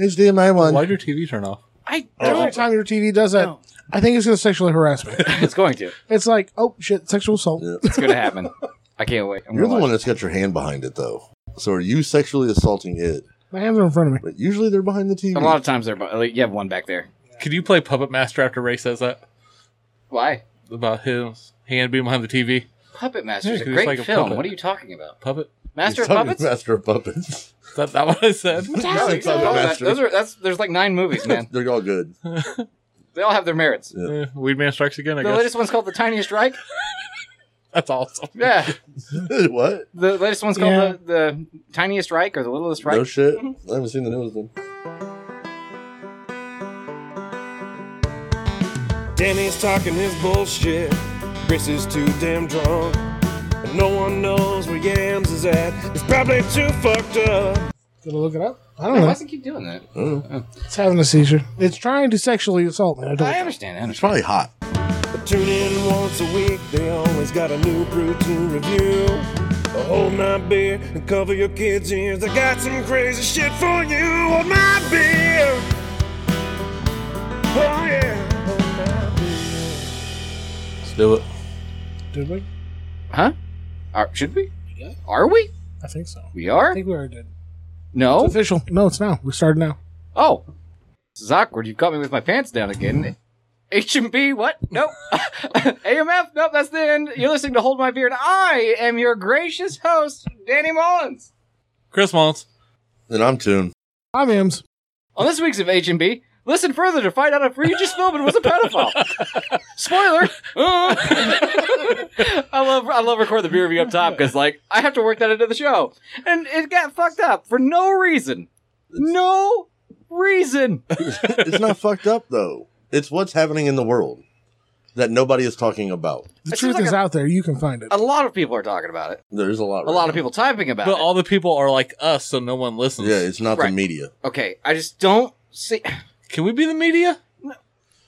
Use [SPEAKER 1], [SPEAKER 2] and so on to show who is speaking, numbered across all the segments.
[SPEAKER 1] HDMI one.
[SPEAKER 2] Why'd your TV turn off?
[SPEAKER 3] I
[SPEAKER 4] Oh.
[SPEAKER 1] Every
[SPEAKER 3] don't.
[SPEAKER 1] time your TV does that,
[SPEAKER 3] No.
[SPEAKER 1] I think it's going to sexually harass me.
[SPEAKER 3] It's going to.
[SPEAKER 1] it's like, oh shit, sexual assault.
[SPEAKER 4] Yeah.
[SPEAKER 3] It's going to happen. I can't wait. I'm
[SPEAKER 4] You're the
[SPEAKER 3] gonna
[SPEAKER 4] one
[SPEAKER 3] watch
[SPEAKER 4] that's got your hand behind it, though. So are you sexually assaulting it?
[SPEAKER 1] My hands are in front of me.
[SPEAKER 4] But usually they're behind the
[SPEAKER 3] it.
[SPEAKER 4] TV.
[SPEAKER 3] A lot of times they're. bu- Like, you have one back there.
[SPEAKER 2] Could you play Puppet Master after Ray says that
[SPEAKER 3] Why?
[SPEAKER 2] about his hand being behind the TV?
[SPEAKER 3] Puppet Master's
[SPEAKER 2] Yeah,
[SPEAKER 3] a
[SPEAKER 2] 'cause it's
[SPEAKER 3] great
[SPEAKER 2] like a
[SPEAKER 3] film.
[SPEAKER 2] puppet.
[SPEAKER 3] What are you talking about?
[SPEAKER 2] Puppet?
[SPEAKER 3] Master of
[SPEAKER 4] You're talking
[SPEAKER 3] Puppets?
[SPEAKER 4] Master of Puppets.
[SPEAKER 2] Is that, that what I said?
[SPEAKER 4] No, it's not
[SPEAKER 3] Oh, that-
[SPEAKER 4] Master.
[SPEAKER 3] those are that's there's like nine movies, man.
[SPEAKER 4] They're all good.
[SPEAKER 3] they all have their merits.
[SPEAKER 2] Eh, Weed Man strikes again. I
[SPEAKER 3] The
[SPEAKER 2] guess
[SPEAKER 3] latest one's called The Tiniest Reich.
[SPEAKER 2] that's awesome.
[SPEAKER 3] Yeah.
[SPEAKER 4] what?
[SPEAKER 3] The latest one's called
[SPEAKER 1] Yeah.
[SPEAKER 3] the, the Tiniest Reich or The Littlest Reich.
[SPEAKER 4] No shit.
[SPEAKER 3] Mm-hmm.
[SPEAKER 4] I haven't seen the newest one.
[SPEAKER 5] Danny's talking his bullshit. Chris is too damn drunk. And no one knows where Yams is at. He's probably too fucked up.
[SPEAKER 1] Gonna look it up. I don't
[SPEAKER 3] Why
[SPEAKER 1] know.
[SPEAKER 3] does it keep doing that?
[SPEAKER 4] Oh.
[SPEAKER 1] It's having a seizure. It's trying to sexually assault me. I don't.
[SPEAKER 3] I understand. I
[SPEAKER 4] It's probably
[SPEAKER 3] understand.
[SPEAKER 4] hot.
[SPEAKER 5] But tune in once a week. They always got a new brew to review. A whole nine beer and cover your kids' ears. I got some crazy shit for you. Hold my beer. Oh yeah. Hold my beer.
[SPEAKER 2] Let's do it.
[SPEAKER 1] Did we?
[SPEAKER 3] Huh? Are, should we? Are we?
[SPEAKER 1] I think so.
[SPEAKER 3] We
[SPEAKER 1] I
[SPEAKER 3] are?
[SPEAKER 1] think we already did.
[SPEAKER 3] No.
[SPEAKER 1] It's official. No, it's now. We started now.
[SPEAKER 3] Oh, this is awkward. You caught me with my pants down again. HMB, what? Nope. AMF, nope, that's the end. You're listening to Hold My Beard. I am your gracious host, Danny Mullins.
[SPEAKER 2] Chris Mullins.
[SPEAKER 4] And I'm tuned.
[SPEAKER 1] I'm Ems.
[SPEAKER 3] On this week's of HMB, listen further to find out if Regis Philbin was a pedophile. Spoiler. Uh. I love I love record the beer review up top because like I have to work that into the show, and it got fucked up for no reason. No reason.
[SPEAKER 4] it's not fucked up though. It's what's happening in the world that nobody is talking about.
[SPEAKER 1] The
[SPEAKER 3] It seems
[SPEAKER 1] truth
[SPEAKER 3] like
[SPEAKER 1] is
[SPEAKER 3] a-
[SPEAKER 1] out there. You can find it.
[SPEAKER 3] A lot of people are talking about it.
[SPEAKER 4] There's a lot.
[SPEAKER 3] a
[SPEAKER 4] right
[SPEAKER 3] lot of
[SPEAKER 4] now.
[SPEAKER 3] people typing about
[SPEAKER 2] But
[SPEAKER 3] it.
[SPEAKER 2] all the people are like us, so no one listens.
[SPEAKER 4] Yeah, it's not
[SPEAKER 3] Right.
[SPEAKER 4] the media.
[SPEAKER 3] okay, I just don't see.
[SPEAKER 2] Can we be the media?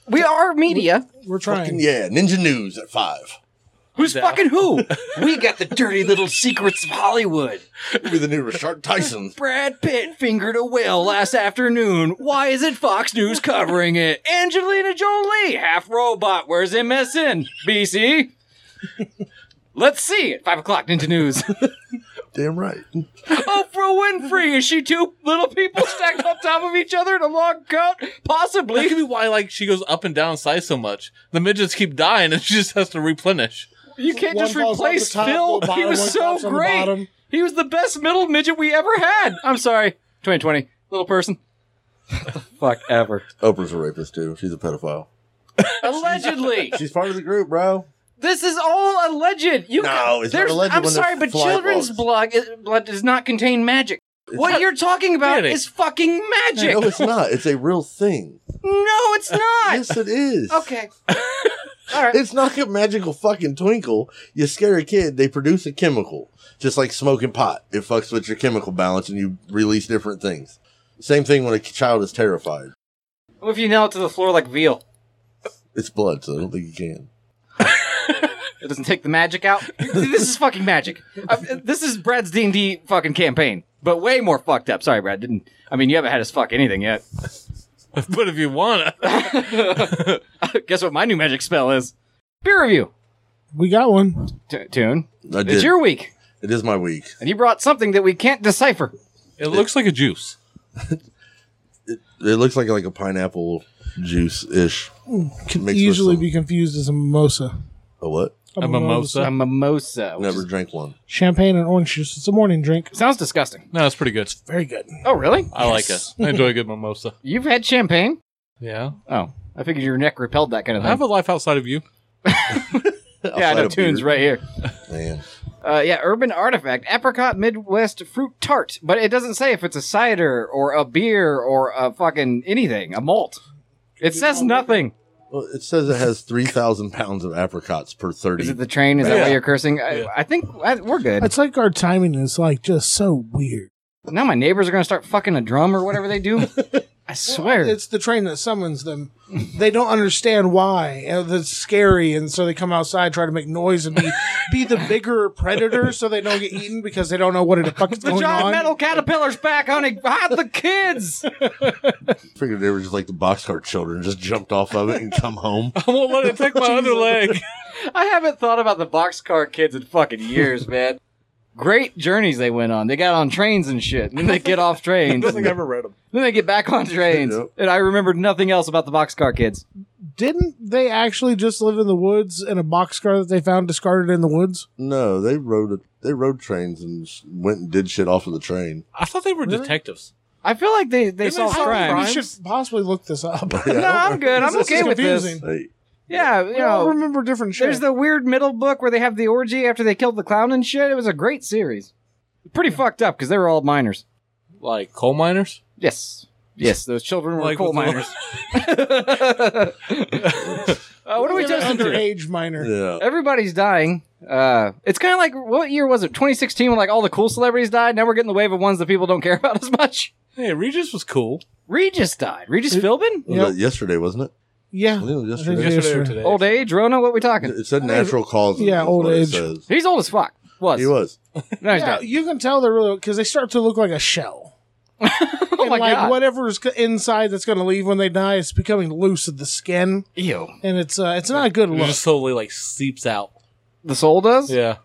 [SPEAKER 3] We are media.
[SPEAKER 1] We're
[SPEAKER 4] Fucking
[SPEAKER 1] trying.
[SPEAKER 4] yeah, Ninja News at five.
[SPEAKER 3] Who's
[SPEAKER 2] Yeah.
[SPEAKER 3] fucking who? We got the dirty little secrets of Hollywood.
[SPEAKER 4] Maybe the new Rashard Tyson.
[SPEAKER 3] Brad Pitt fingered a whale last afternoon. Why isn't Fox News covering it? Angelina Jolie, half robot. Where's MSN? BC. Let's see at five o'clock Ninja News.
[SPEAKER 4] Damn right.
[SPEAKER 3] Oprah Winfrey is she two little people stacked on top of each other in a long coat?
[SPEAKER 2] That
[SPEAKER 3] Possibly.
[SPEAKER 2] could be why like she goes up and down in size so much. The midgets keep dying, and she just has to replenish.
[SPEAKER 3] You can't
[SPEAKER 1] One
[SPEAKER 3] just
[SPEAKER 1] falls off
[SPEAKER 3] replace
[SPEAKER 1] the top,
[SPEAKER 3] Phil.
[SPEAKER 1] one bottom,
[SPEAKER 3] he
[SPEAKER 1] one
[SPEAKER 3] was so
[SPEAKER 1] drops on the
[SPEAKER 3] great.
[SPEAKER 1] bottom.
[SPEAKER 3] He was the best middle midget we ever had. I'm sorry, 2020, little person. Fuck ever.
[SPEAKER 4] Oprah's a rapist too. She's a pedophile.
[SPEAKER 3] Allegedly,
[SPEAKER 4] She's part of the group, bro.
[SPEAKER 3] this is all alleged. You
[SPEAKER 4] No,
[SPEAKER 3] ca-
[SPEAKER 4] it's not
[SPEAKER 3] there's-
[SPEAKER 4] alleged
[SPEAKER 3] I'm
[SPEAKER 4] when
[SPEAKER 3] sorry,
[SPEAKER 4] they're
[SPEAKER 3] but
[SPEAKER 4] fly
[SPEAKER 3] children's
[SPEAKER 4] balls.
[SPEAKER 3] blood is, blood does not contain magic. what you're talking about
[SPEAKER 2] Really?
[SPEAKER 3] is fucking magic.
[SPEAKER 4] No, it's not. It's a real thing.
[SPEAKER 3] No, it's not.
[SPEAKER 4] Yes, it is.
[SPEAKER 3] Okay. all right.
[SPEAKER 4] It's not a magical fucking twinkle. You scare a kid, they produce a chemical. Just like smoking pot. It fucks with your chemical balance and you release different things. Same thing when a child is terrified.
[SPEAKER 3] What if you nail it to the floor like veal?
[SPEAKER 4] It's blood, so I don't think you can.
[SPEAKER 3] It doesn't take the magic out. this is fucking magic. I, this is Brad's D and D fucking campaign, but way more fucked up. Sorry, Brad. Didn't I mean you haven't had us fuck anything yet?
[SPEAKER 2] But if you want to,
[SPEAKER 3] Guess what my new magic spell is? Beer review.
[SPEAKER 1] We got one.
[SPEAKER 3] T- tune.
[SPEAKER 4] I did.
[SPEAKER 3] It's your week,
[SPEAKER 4] it is my week.
[SPEAKER 3] and you brought something that we can't decipher.
[SPEAKER 2] it looks like a juice.
[SPEAKER 4] It looks like like a pineapple juice ish.
[SPEAKER 1] Can
[SPEAKER 4] Mixed with
[SPEAKER 1] easily
[SPEAKER 4] some-
[SPEAKER 1] be confused as a mimosa.
[SPEAKER 4] A what?
[SPEAKER 2] A mimosa.
[SPEAKER 3] A mimosa. which
[SPEAKER 4] Uh, Never
[SPEAKER 3] is-
[SPEAKER 4] drank one.
[SPEAKER 1] Champagne and orange juice. It's a morning drink.
[SPEAKER 3] sounds disgusting.
[SPEAKER 2] No, it's pretty good.
[SPEAKER 1] Very good.
[SPEAKER 3] Oh really?
[SPEAKER 2] I like it. I enjoy a good mimosa.
[SPEAKER 3] You've had champagne?
[SPEAKER 2] Yeah,
[SPEAKER 3] Oh, I figured your neck repelled that kind of
[SPEAKER 2] I have
[SPEAKER 3] thing.
[SPEAKER 2] a life outside of you.
[SPEAKER 3] yeah, I
[SPEAKER 4] Outside
[SPEAKER 3] know
[SPEAKER 4] of
[SPEAKER 3] tunes
[SPEAKER 4] beer.
[SPEAKER 3] right here.
[SPEAKER 4] Man.
[SPEAKER 3] Uh, yeah, Urban Artifact, Apricot Midwest Fruit Tart. But it doesn't say if it's a cider or a beer or a fucking anything, a malt. It says nothing.
[SPEAKER 4] Well, it says it has 3,000 pounds of apricots per 30.
[SPEAKER 3] Is it the train? Is that why
[SPEAKER 2] Yeah.
[SPEAKER 3] you're cursing? I, I think I, we're good.
[SPEAKER 1] It's like our timing is like just so weird.
[SPEAKER 3] now my neighbors are going to start fucking a drum or whatever they do. I swear.
[SPEAKER 1] It's the train that summons them. They don't understand why. And it's scary, and so they come outside, try to make noise, and be, be the bigger predator so they don't get eaten because they don't know what the fuck is
[SPEAKER 3] the
[SPEAKER 1] going
[SPEAKER 3] giant
[SPEAKER 1] on.
[SPEAKER 3] metal caterpillar's back, honey. Hide the kids.
[SPEAKER 4] Figured they were just like the boxcar children, just jumped off of it and come home.
[SPEAKER 2] I won't let it take my other leg.
[SPEAKER 3] I haven't thought about the boxcar kids in fucking years, man. Great journeys they went on. They got on trains and shit. And then they get off trains.
[SPEAKER 5] I think
[SPEAKER 3] and
[SPEAKER 5] I
[SPEAKER 3] then
[SPEAKER 5] ever read them.
[SPEAKER 3] they get back on trains.
[SPEAKER 4] Yep.
[SPEAKER 3] And I remembered nothing else about the boxcar kids.
[SPEAKER 1] Didn't they actually just live in the woods in a boxcar that they found discarded in the woods?
[SPEAKER 4] No, they rode a, they rode trains and s- went and did shit off of the train.
[SPEAKER 2] I thought they were
[SPEAKER 1] Really?
[SPEAKER 2] detectives.
[SPEAKER 3] I feel like they, they
[SPEAKER 2] Didn't
[SPEAKER 3] saw
[SPEAKER 2] they solve
[SPEAKER 3] crime.
[SPEAKER 2] crimes?
[SPEAKER 1] We should possibly look this up.
[SPEAKER 3] No, I'm good. I'm
[SPEAKER 1] This is
[SPEAKER 3] okay with this.
[SPEAKER 1] confusing.
[SPEAKER 4] Hey,
[SPEAKER 3] Yeah, you
[SPEAKER 1] We all
[SPEAKER 3] know,
[SPEAKER 1] remember different shit.
[SPEAKER 3] there's the weird middle book where they have the orgy after they killed the clown and shit. It was a great series. Pretty fucked up because they were all minors.
[SPEAKER 2] Like coal miners?
[SPEAKER 3] Yes. Yes, those children were
[SPEAKER 2] Like
[SPEAKER 3] coal
[SPEAKER 2] with the-
[SPEAKER 3] miners. uh, what are we
[SPEAKER 1] Even
[SPEAKER 3] toasting to?
[SPEAKER 1] underage minor?
[SPEAKER 4] yeah.
[SPEAKER 3] Everybody's dying. Uh, it's kind of like what year was it? 2016 when like all the cool celebrities died. Now we're getting the wave of ones that people don't care about as much.
[SPEAKER 2] Hey, Regis was cool.
[SPEAKER 3] Regis died. Regis
[SPEAKER 4] Was
[SPEAKER 3] Philbin.
[SPEAKER 1] Yep.
[SPEAKER 4] that yesterday, wasn't it?
[SPEAKER 1] Yeah.
[SPEAKER 4] I think it was yesterday.
[SPEAKER 1] I think
[SPEAKER 2] Yesterday or
[SPEAKER 1] Yes, sir.
[SPEAKER 2] today.
[SPEAKER 3] Old age, Rona. What we talking?
[SPEAKER 4] It said natural causes.
[SPEAKER 1] yeah,
[SPEAKER 4] is
[SPEAKER 1] old
[SPEAKER 4] what it
[SPEAKER 1] age.
[SPEAKER 4] says.
[SPEAKER 3] He's old as fuck. Was.
[SPEAKER 4] He was.
[SPEAKER 3] No, he's
[SPEAKER 1] Yeah,
[SPEAKER 3] not.
[SPEAKER 1] you can tell they're really because they start to look like a shell.
[SPEAKER 3] Oh my
[SPEAKER 1] like
[SPEAKER 3] god.
[SPEAKER 1] whatever's c- inside that's going to leave when they die, it's becoming loose of the skin,
[SPEAKER 3] Ew.
[SPEAKER 1] and it's uh, it's not a good
[SPEAKER 2] It
[SPEAKER 1] look.
[SPEAKER 2] just slowly like seeps out.
[SPEAKER 3] The soul does.
[SPEAKER 2] Yeah.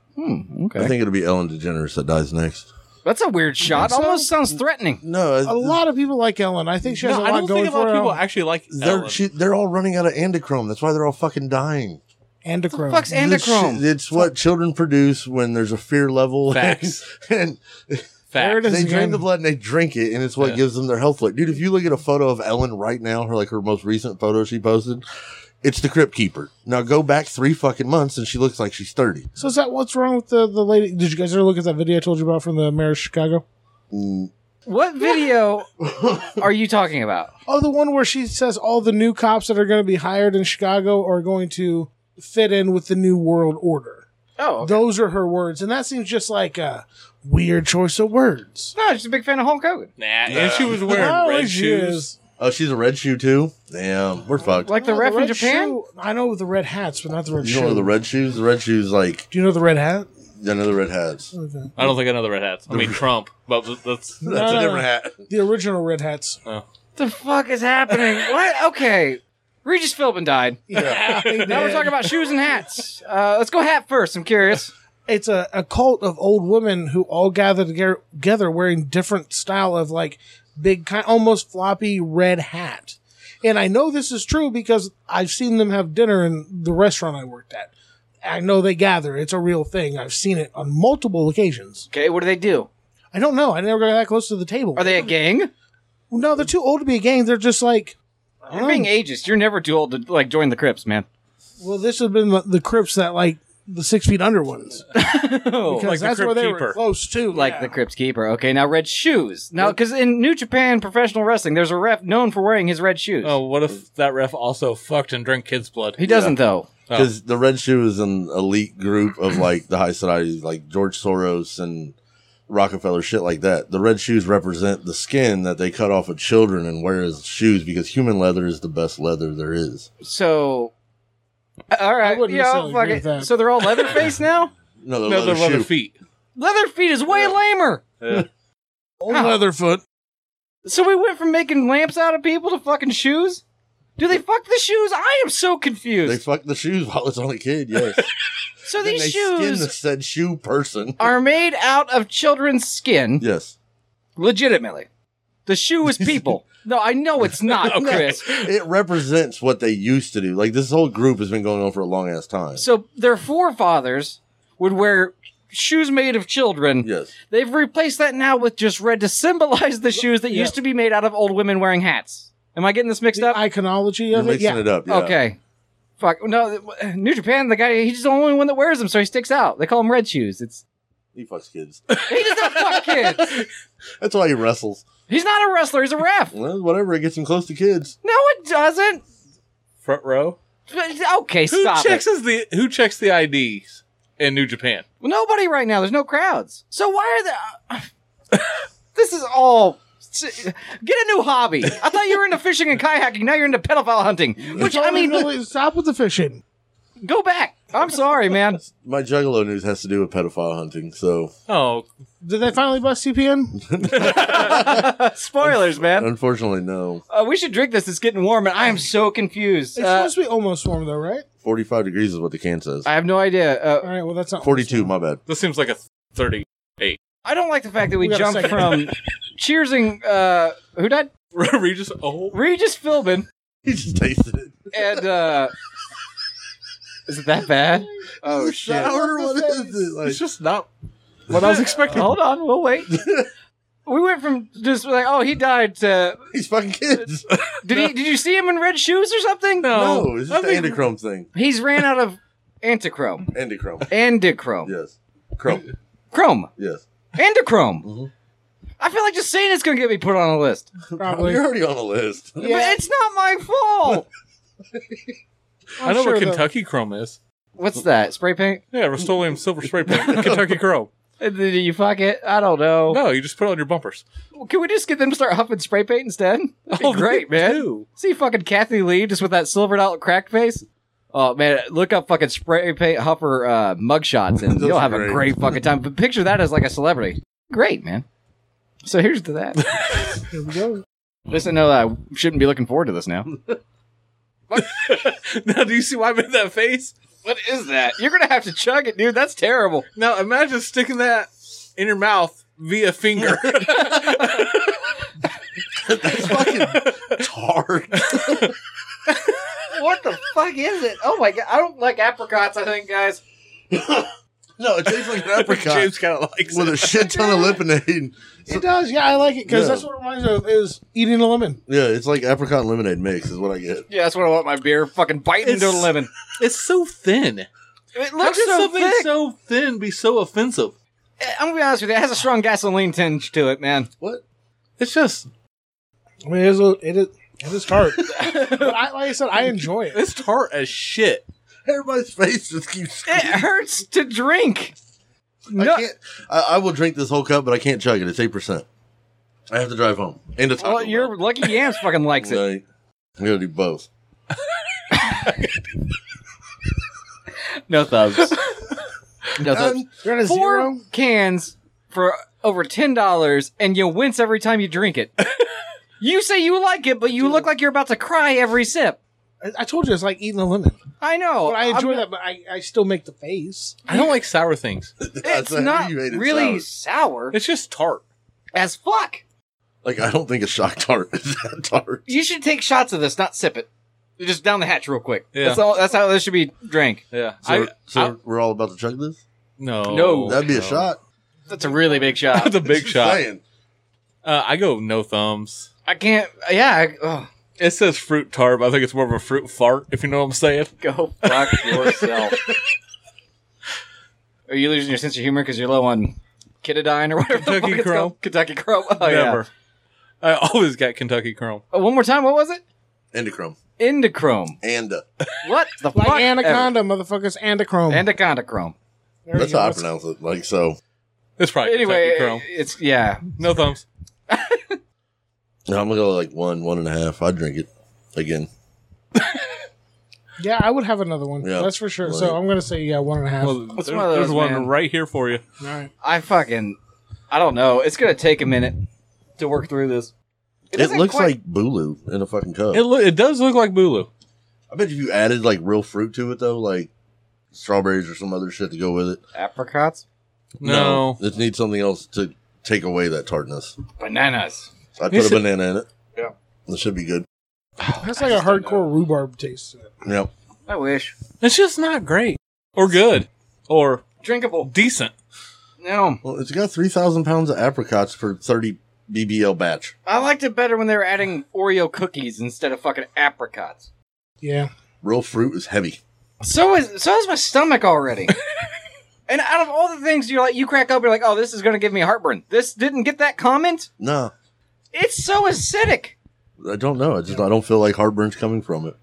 [SPEAKER 4] I
[SPEAKER 3] Hmm, okay.
[SPEAKER 4] think it'll be Ellen DeGeneres that dies next.
[SPEAKER 3] That's a weird shot.
[SPEAKER 1] Think so?
[SPEAKER 3] Almost sounds threatening.
[SPEAKER 4] No,
[SPEAKER 1] A lot of people like Ellen. I think she has
[SPEAKER 2] No,
[SPEAKER 1] a
[SPEAKER 2] I
[SPEAKER 1] lot
[SPEAKER 2] don't
[SPEAKER 1] going
[SPEAKER 2] think a lot
[SPEAKER 1] for
[SPEAKER 2] of people
[SPEAKER 1] her.
[SPEAKER 2] actually like
[SPEAKER 4] They're
[SPEAKER 2] Ellen.
[SPEAKER 4] she, they're all running out of endochrome. That's why they're all fucking dying.
[SPEAKER 1] Andochrome.
[SPEAKER 3] Fuck's
[SPEAKER 4] It's,
[SPEAKER 3] endochrome.
[SPEAKER 4] it's what children produce when there's a fear level.
[SPEAKER 2] Facts.
[SPEAKER 4] And,
[SPEAKER 1] There it
[SPEAKER 2] Fact.
[SPEAKER 1] is
[SPEAKER 4] they
[SPEAKER 1] again.
[SPEAKER 4] drain the blood and they drink it, and it's what
[SPEAKER 2] Yeah.
[SPEAKER 4] gives them their health look. Dude, if you look at a photo of Ellen right now, her like her most recent photo she posted, it's the Crypt Keeper. Now go back three fucking months, and she looks like she's thirty.
[SPEAKER 1] So is that what's wrong with the the lady? Did you guys ever look at that video I told you about from the mayor of Chicago?
[SPEAKER 4] Mm,
[SPEAKER 3] What video are you talking about?
[SPEAKER 1] Oh, the one where she says all the new cops that are going to be hired in Chicago are going to fit in with the new world order.
[SPEAKER 3] Oh, okay.
[SPEAKER 1] Those are her words, and that seems just like a weird choice of words.
[SPEAKER 3] no, just a big fan of Hulk Hogan.
[SPEAKER 2] Nah, and she was
[SPEAKER 1] Oh,
[SPEAKER 2] wearing
[SPEAKER 1] she
[SPEAKER 2] red shoes.
[SPEAKER 1] is.
[SPEAKER 4] Oh, she's a red shoe too. Damn, we're fucked.
[SPEAKER 3] Like the
[SPEAKER 1] Oh,
[SPEAKER 3] ref in
[SPEAKER 1] red
[SPEAKER 3] Japan.
[SPEAKER 1] shoe- I know the red hats, but not the red
[SPEAKER 4] you
[SPEAKER 1] shoe.
[SPEAKER 4] know the red shoes. The red shoes like
[SPEAKER 1] Do you know the red hat?
[SPEAKER 4] another red hats.
[SPEAKER 1] Okay.
[SPEAKER 2] I don't think I know the red hats. I mean Trump, but that's
[SPEAKER 4] That's
[SPEAKER 1] no,
[SPEAKER 4] a
[SPEAKER 1] no.
[SPEAKER 4] different hat.
[SPEAKER 1] The original red hats.
[SPEAKER 3] the fuck is happening? what? Okay. Regis Philbin died.
[SPEAKER 1] Yeah.
[SPEAKER 3] Now we're talking about shoes and hats. Uh, let's go hat first. I'm curious.
[SPEAKER 1] it's a, a cult of old women who all gather together, together wearing different style of like big kind almost floppy red hat and i know this is true because i've seen them have dinner in the restaurant i worked at i know they gather it's a real thing i've seen it on multiple occasions
[SPEAKER 3] Okay, what do they do?
[SPEAKER 1] i don't know i never got that close to the table
[SPEAKER 3] Are they a gang?
[SPEAKER 1] no they're too old to be a gang they're just like
[SPEAKER 3] You're being ageist. You're never too old to like join the Crips, man.
[SPEAKER 1] well this would have been the, the crips that like the six feet under ones
[SPEAKER 3] Oh,
[SPEAKER 1] because
[SPEAKER 2] Like the
[SPEAKER 1] that's where
[SPEAKER 2] Crypt
[SPEAKER 1] they were
[SPEAKER 2] Keeper.
[SPEAKER 1] close to
[SPEAKER 3] like
[SPEAKER 1] yeah.
[SPEAKER 3] the Crips keeper. Okay, now red shoes. Now, because in New Japan professional wrestling, there's a ref known for wearing his red shoes.
[SPEAKER 2] Oh, what if that ref also fucked and drank kids' blood?
[SPEAKER 3] he doesn't though.
[SPEAKER 4] Because the Red Shoe is an elite group of like the high society, like George Soros and Rockefeller, shit like that. The Red Shoes represent the skin that they cut off of children and wear as shoes because human leather is the best leather there is.
[SPEAKER 3] So, all right,
[SPEAKER 1] wouldn't
[SPEAKER 3] you know,
[SPEAKER 1] necessarily
[SPEAKER 3] fuck
[SPEAKER 1] agree
[SPEAKER 3] it.
[SPEAKER 1] with that.
[SPEAKER 3] So they're all Leatherface now.
[SPEAKER 4] No, the
[SPEAKER 2] No,
[SPEAKER 4] leather,
[SPEAKER 2] they're leather
[SPEAKER 4] shoe.
[SPEAKER 2] feet.
[SPEAKER 3] Leatherfeet is way lamer.
[SPEAKER 1] old leatherfoot
[SPEAKER 3] So we went from making lamps out of people to fucking shoes? Do they fuck the shoes? I am so
[SPEAKER 4] They
[SPEAKER 3] confused.
[SPEAKER 4] fuck the shoes while it's on a kid. Yes,
[SPEAKER 3] so
[SPEAKER 4] Then
[SPEAKER 3] these
[SPEAKER 4] they skin the
[SPEAKER 3] shoes
[SPEAKER 4] said shoe person.
[SPEAKER 3] are made out of children's skin,
[SPEAKER 4] Yes,
[SPEAKER 3] legitimately. The shoe is people. no, I know it's not, Chris.
[SPEAKER 4] it represents what they used to do. Like this whole group has been going on for a long ass time.
[SPEAKER 3] So their forefathers would wear shoes made of children.
[SPEAKER 4] Yes,
[SPEAKER 3] They've replaced that now with just red to symbolize the shoes that used to be made out of old women wearing hats. Am I getting this mixed
[SPEAKER 1] the
[SPEAKER 3] up?
[SPEAKER 1] iconology
[SPEAKER 4] you're
[SPEAKER 1] of it
[SPEAKER 4] mixing
[SPEAKER 1] yeah
[SPEAKER 4] it up. yeah.
[SPEAKER 3] Okay. Fuck. No, New Japan, the guy, he's the only one that wears them, so he sticks out. They call him Red Shoes. It's
[SPEAKER 4] he fucks kids.
[SPEAKER 3] He does not fuck kids.
[SPEAKER 4] That's why he wrestles.
[SPEAKER 3] He's not a wrestler. He's a ref. No,
[SPEAKER 4] Well, whatever, it gets him close to kids.
[SPEAKER 3] it doesn't.
[SPEAKER 2] Front row.
[SPEAKER 3] Okay,
[SPEAKER 2] Who
[SPEAKER 3] stop it.
[SPEAKER 2] checks is the who checks the IDs in New Japan?
[SPEAKER 3] Nobody right now. There's no crowds. So why are they... this is all Get a new hobby. I thought you were into fishing and kayaking. Now you're into pedophile hunting. Which I mean,
[SPEAKER 1] really, stop with the fishing.
[SPEAKER 3] go back. I'm sorry, man.
[SPEAKER 4] My Juggalo news has to do with pedophile hunting, so
[SPEAKER 2] Oh,
[SPEAKER 1] Did they finally bust CPN?
[SPEAKER 3] Spoilers, man.
[SPEAKER 4] unfortunately, no.
[SPEAKER 3] Uh, we should drink this. It's getting warm, and I am so confused.
[SPEAKER 1] It's
[SPEAKER 3] Uh,
[SPEAKER 1] supposed to be almost warm though, right?
[SPEAKER 4] 45 degrees is what the can says.
[SPEAKER 3] I have no idea. Uh,
[SPEAKER 1] All right. Well, that's not
[SPEAKER 4] 42, my bad.
[SPEAKER 2] this seems like a 30.
[SPEAKER 3] I don't like the fact that we,
[SPEAKER 1] We got a
[SPEAKER 3] jumped from
[SPEAKER 1] second.
[SPEAKER 3] cheersing. Uh, who died?
[SPEAKER 2] Regis, oh.
[SPEAKER 3] Regis Philbin.
[SPEAKER 4] He just tasted it.
[SPEAKER 3] And uh, is it that bad? Oh
[SPEAKER 4] Is it
[SPEAKER 3] shit!
[SPEAKER 4] Sour? What is it? Like,
[SPEAKER 2] It's just not what I was expecting.
[SPEAKER 3] Hold on, we'll wait. We went from just like, oh, he died to
[SPEAKER 4] these fucking kids.
[SPEAKER 3] did he? Did you see him in red shoes or something? Oh.
[SPEAKER 4] No, it's just
[SPEAKER 2] I think-
[SPEAKER 4] the Antichrome thing.
[SPEAKER 3] He's ran out of antichrome,
[SPEAKER 4] Antichrome.
[SPEAKER 3] andichrome,
[SPEAKER 4] Yes. Chrome.
[SPEAKER 3] chrome,
[SPEAKER 4] Yes.
[SPEAKER 3] andichrome.
[SPEAKER 4] Mhm.
[SPEAKER 3] I feel like just saying it's going to get me put on a list,
[SPEAKER 1] probably.
[SPEAKER 4] You're already on the list.
[SPEAKER 3] but
[SPEAKER 1] Yeah,
[SPEAKER 3] it's not my fault.
[SPEAKER 2] I know
[SPEAKER 1] sure
[SPEAKER 2] what
[SPEAKER 1] the-
[SPEAKER 2] Kentucky Chrome is.
[SPEAKER 3] What's that? Spray paint?
[SPEAKER 2] Yeah, Rust Silver Spray Paint. Kentucky Chrome.
[SPEAKER 3] Uh, Did you fuck it? I don't know.
[SPEAKER 2] No, you just put it on your bumpers.
[SPEAKER 3] Can we just get them to start huffing spray paint instead? That'd be
[SPEAKER 2] Oh,
[SPEAKER 3] great,
[SPEAKER 2] me
[SPEAKER 3] man.
[SPEAKER 2] too.
[SPEAKER 3] See fucking Kathy Lee just with that silvered out cracked face. Oh man, look up fucking spray paint huffer uh, mugshots and
[SPEAKER 4] Those
[SPEAKER 3] you'll
[SPEAKER 4] are
[SPEAKER 3] have a
[SPEAKER 4] great.
[SPEAKER 3] great fucking time. But picture that as like a celebrity. Great, man. So here's to that.
[SPEAKER 1] here we go.
[SPEAKER 3] Just to know that I shouldn't be looking forward to this now.
[SPEAKER 2] Now, do you see why I made that face?
[SPEAKER 3] What is that? You're gonna have to chug it, dude. That's terrible.
[SPEAKER 2] Now, imagine sticking that in your mouth via finger.
[SPEAKER 4] That's fucking tar.
[SPEAKER 3] What the fuck is it? Oh my god, I don't like apricots. I think, guys.
[SPEAKER 4] no, it tastes like an apricot
[SPEAKER 2] James kind of likes
[SPEAKER 4] with
[SPEAKER 2] it.
[SPEAKER 4] a shit ton of lemonade.
[SPEAKER 1] It does. Yeah, I like it because
[SPEAKER 4] Yeah.
[SPEAKER 1] that's what it reminds me of is eating a lemon.
[SPEAKER 4] Yeah, it's like apricot and lemonade mix is what I get.
[SPEAKER 3] Yeah, that's what I want. My beer fucking biting into a
[SPEAKER 2] It's-
[SPEAKER 3] lemon.
[SPEAKER 2] It's so thin.
[SPEAKER 3] It
[SPEAKER 2] How
[SPEAKER 3] looks
[SPEAKER 2] can
[SPEAKER 3] so
[SPEAKER 2] something
[SPEAKER 3] thick.
[SPEAKER 2] so thin be so offensive?
[SPEAKER 3] I'm gonna be honest with you. It has a strong gasoline tinge to it, man.
[SPEAKER 4] What?
[SPEAKER 2] It's just
[SPEAKER 1] I mean, it is. a- It is. It is tart. but I, like I said, I enjoy it.
[SPEAKER 2] it's tart as shit.
[SPEAKER 4] Everybody's face just keeps.
[SPEAKER 3] It hurts to drink.
[SPEAKER 4] I
[SPEAKER 3] No,
[SPEAKER 4] can't. I, I will drink this whole cup, but I can't chug it. It's eight percent. I have to drive home and to Taco
[SPEAKER 3] well,
[SPEAKER 4] Bell.
[SPEAKER 3] Oh, your lucky yams fucking likes it.
[SPEAKER 4] Like, I gotta do both.
[SPEAKER 3] No thumbs. No thumbs.
[SPEAKER 4] Um,
[SPEAKER 1] You're at a
[SPEAKER 3] Four
[SPEAKER 1] zero.
[SPEAKER 3] cans for over ten dollars, and you wince every time you drink it. you say you like it, but you look like you're about to cry every sip.
[SPEAKER 1] I, I told you it's like eating a lemon.
[SPEAKER 3] I know.
[SPEAKER 1] But I enjoy
[SPEAKER 3] I'm-
[SPEAKER 1] that. But I, I still make the face.
[SPEAKER 2] I don't like sour things.
[SPEAKER 3] It's
[SPEAKER 4] I know
[SPEAKER 3] not
[SPEAKER 4] you hate it
[SPEAKER 3] really
[SPEAKER 4] sour.
[SPEAKER 3] sour.
[SPEAKER 2] It's just tart.
[SPEAKER 3] as fuck.
[SPEAKER 4] Like I don't think a shock tart is that tart.
[SPEAKER 3] You should take shots of this, not sip it. Just down the hatch real quick.
[SPEAKER 2] Yeah.
[SPEAKER 3] That's all. That's how this should be drank.
[SPEAKER 2] Yeah.
[SPEAKER 4] So,
[SPEAKER 2] I,
[SPEAKER 4] so
[SPEAKER 2] I-
[SPEAKER 4] we're all about to chug this.
[SPEAKER 2] Oh, no.
[SPEAKER 3] No.
[SPEAKER 4] That'd be a shot.
[SPEAKER 3] That's a really big shot.
[SPEAKER 2] That's a big
[SPEAKER 4] Just
[SPEAKER 2] shot.
[SPEAKER 4] saying.
[SPEAKER 2] Uh, I go no thumbs.
[SPEAKER 3] I can't. Yeah. I, oh,
[SPEAKER 2] It says fruit tart, but I think it's more of a fruit fart, if you know what I'm saying.
[SPEAKER 3] go fuck yourself. Are you losing your sense of humor because you're low on kitadine or whatever?
[SPEAKER 2] Kentucky
[SPEAKER 3] the fuck it's
[SPEAKER 2] Chrome.
[SPEAKER 3] called? Kentucky Chrome. Oh, yeah.
[SPEAKER 2] Never. I always got Kentucky Chrome.
[SPEAKER 3] Oh, one more time. What was it?
[SPEAKER 4] Endochrome.
[SPEAKER 3] Endochrome.
[SPEAKER 4] And uh,
[SPEAKER 3] What the
[SPEAKER 1] Like
[SPEAKER 3] fuck?
[SPEAKER 1] anaconda, motherfuckers. Andachrome.
[SPEAKER 3] Ever. Anaconda Chrome.
[SPEAKER 1] There
[SPEAKER 4] that's
[SPEAKER 1] you go.
[SPEAKER 4] how I pronounce it. Like so.
[SPEAKER 2] It's probably
[SPEAKER 3] Anyway,
[SPEAKER 2] Kentucky Chrome.
[SPEAKER 3] it's yeah.
[SPEAKER 2] No thumbs.
[SPEAKER 4] No, I'm gonna go like one, one and a half. I drink it again.
[SPEAKER 1] Yeah, I would have another one.
[SPEAKER 4] Yeah.
[SPEAKER 1] That's for sure.
[SPEAKER 4] Right.
[SPEAKER 1] So I'm gonna say yeah, one and a half.
[SPEAKER 2] Well,
[SPEAKER 3] What's
[SPEAKER 2] there-
[SPEAKER 3] one of those,
[SPEAKER 2] there's one
[SPEAKER 3] man?
[SPEAKER 2] right here for you.
[SPEAKER 1] All right.
[SPEAKER 3] I fucking. I don't know. It's gonna take a minute to work through this.
[SPEAKER 4] It,
[SPEAKER 3] doesn't
[SPEAKER 4] looks
[SPEAKER 3] quite-
[SPEAKER 4] like Bulu in a fucking cup.
[SPEAKER 2] It lo- it does look like Bulu.
[SPEAKER 4] I bet if you added like real fruit to it though, like strawberries or some other shit to go with it.
[SPEAKER 3] apricots,
[SPEAKER 2] No.
[SPEAKER 4] it needs something else to take away that tartness.
[SPEAKER 3] bananas.
[SPEAKER 4] I
[SPEAKER 2] You
[SPEAKER 4] put a
[SPEAKER 2] should-
[SPEAKER 4] banana in it.
[SPEAKER 3] Yeah.
[SPEAKER 4] That should be good.
[SPEAKER 1] That's like a hardcore rhubarb taste. to it.
[SPEAKER 4] Yep.
[SPEAKER 3] I wish
[SPEAKER 2] It's just not great. Or good. Or
[SPEAKER 3] drinkable.
[SPEAKER 2] decent.
[SPEAKER 3] No,
[SPEAKER 4] Well, it's got three thousand pounds of apricots for thirty BBL batch.
[SPEAKER 3] I liked it better when they were adding Oreo cookies instead of fucking apricots.
[SPEAKER 1] Yeah.
[SPEAKER 4] Real fruit is heavy.
[SPEAKER 3] So is so is my stomach already. and out of all the things you're like, you crack up, you're like, oh, this is gonna give me heartburn. This didn't get that comment.
[SPEAKER 4] Nah,
[SPEAKER 3] It's so acidic.
[SPEAKER 4] I don't know. I just I don't feel like heartburn's coming from it.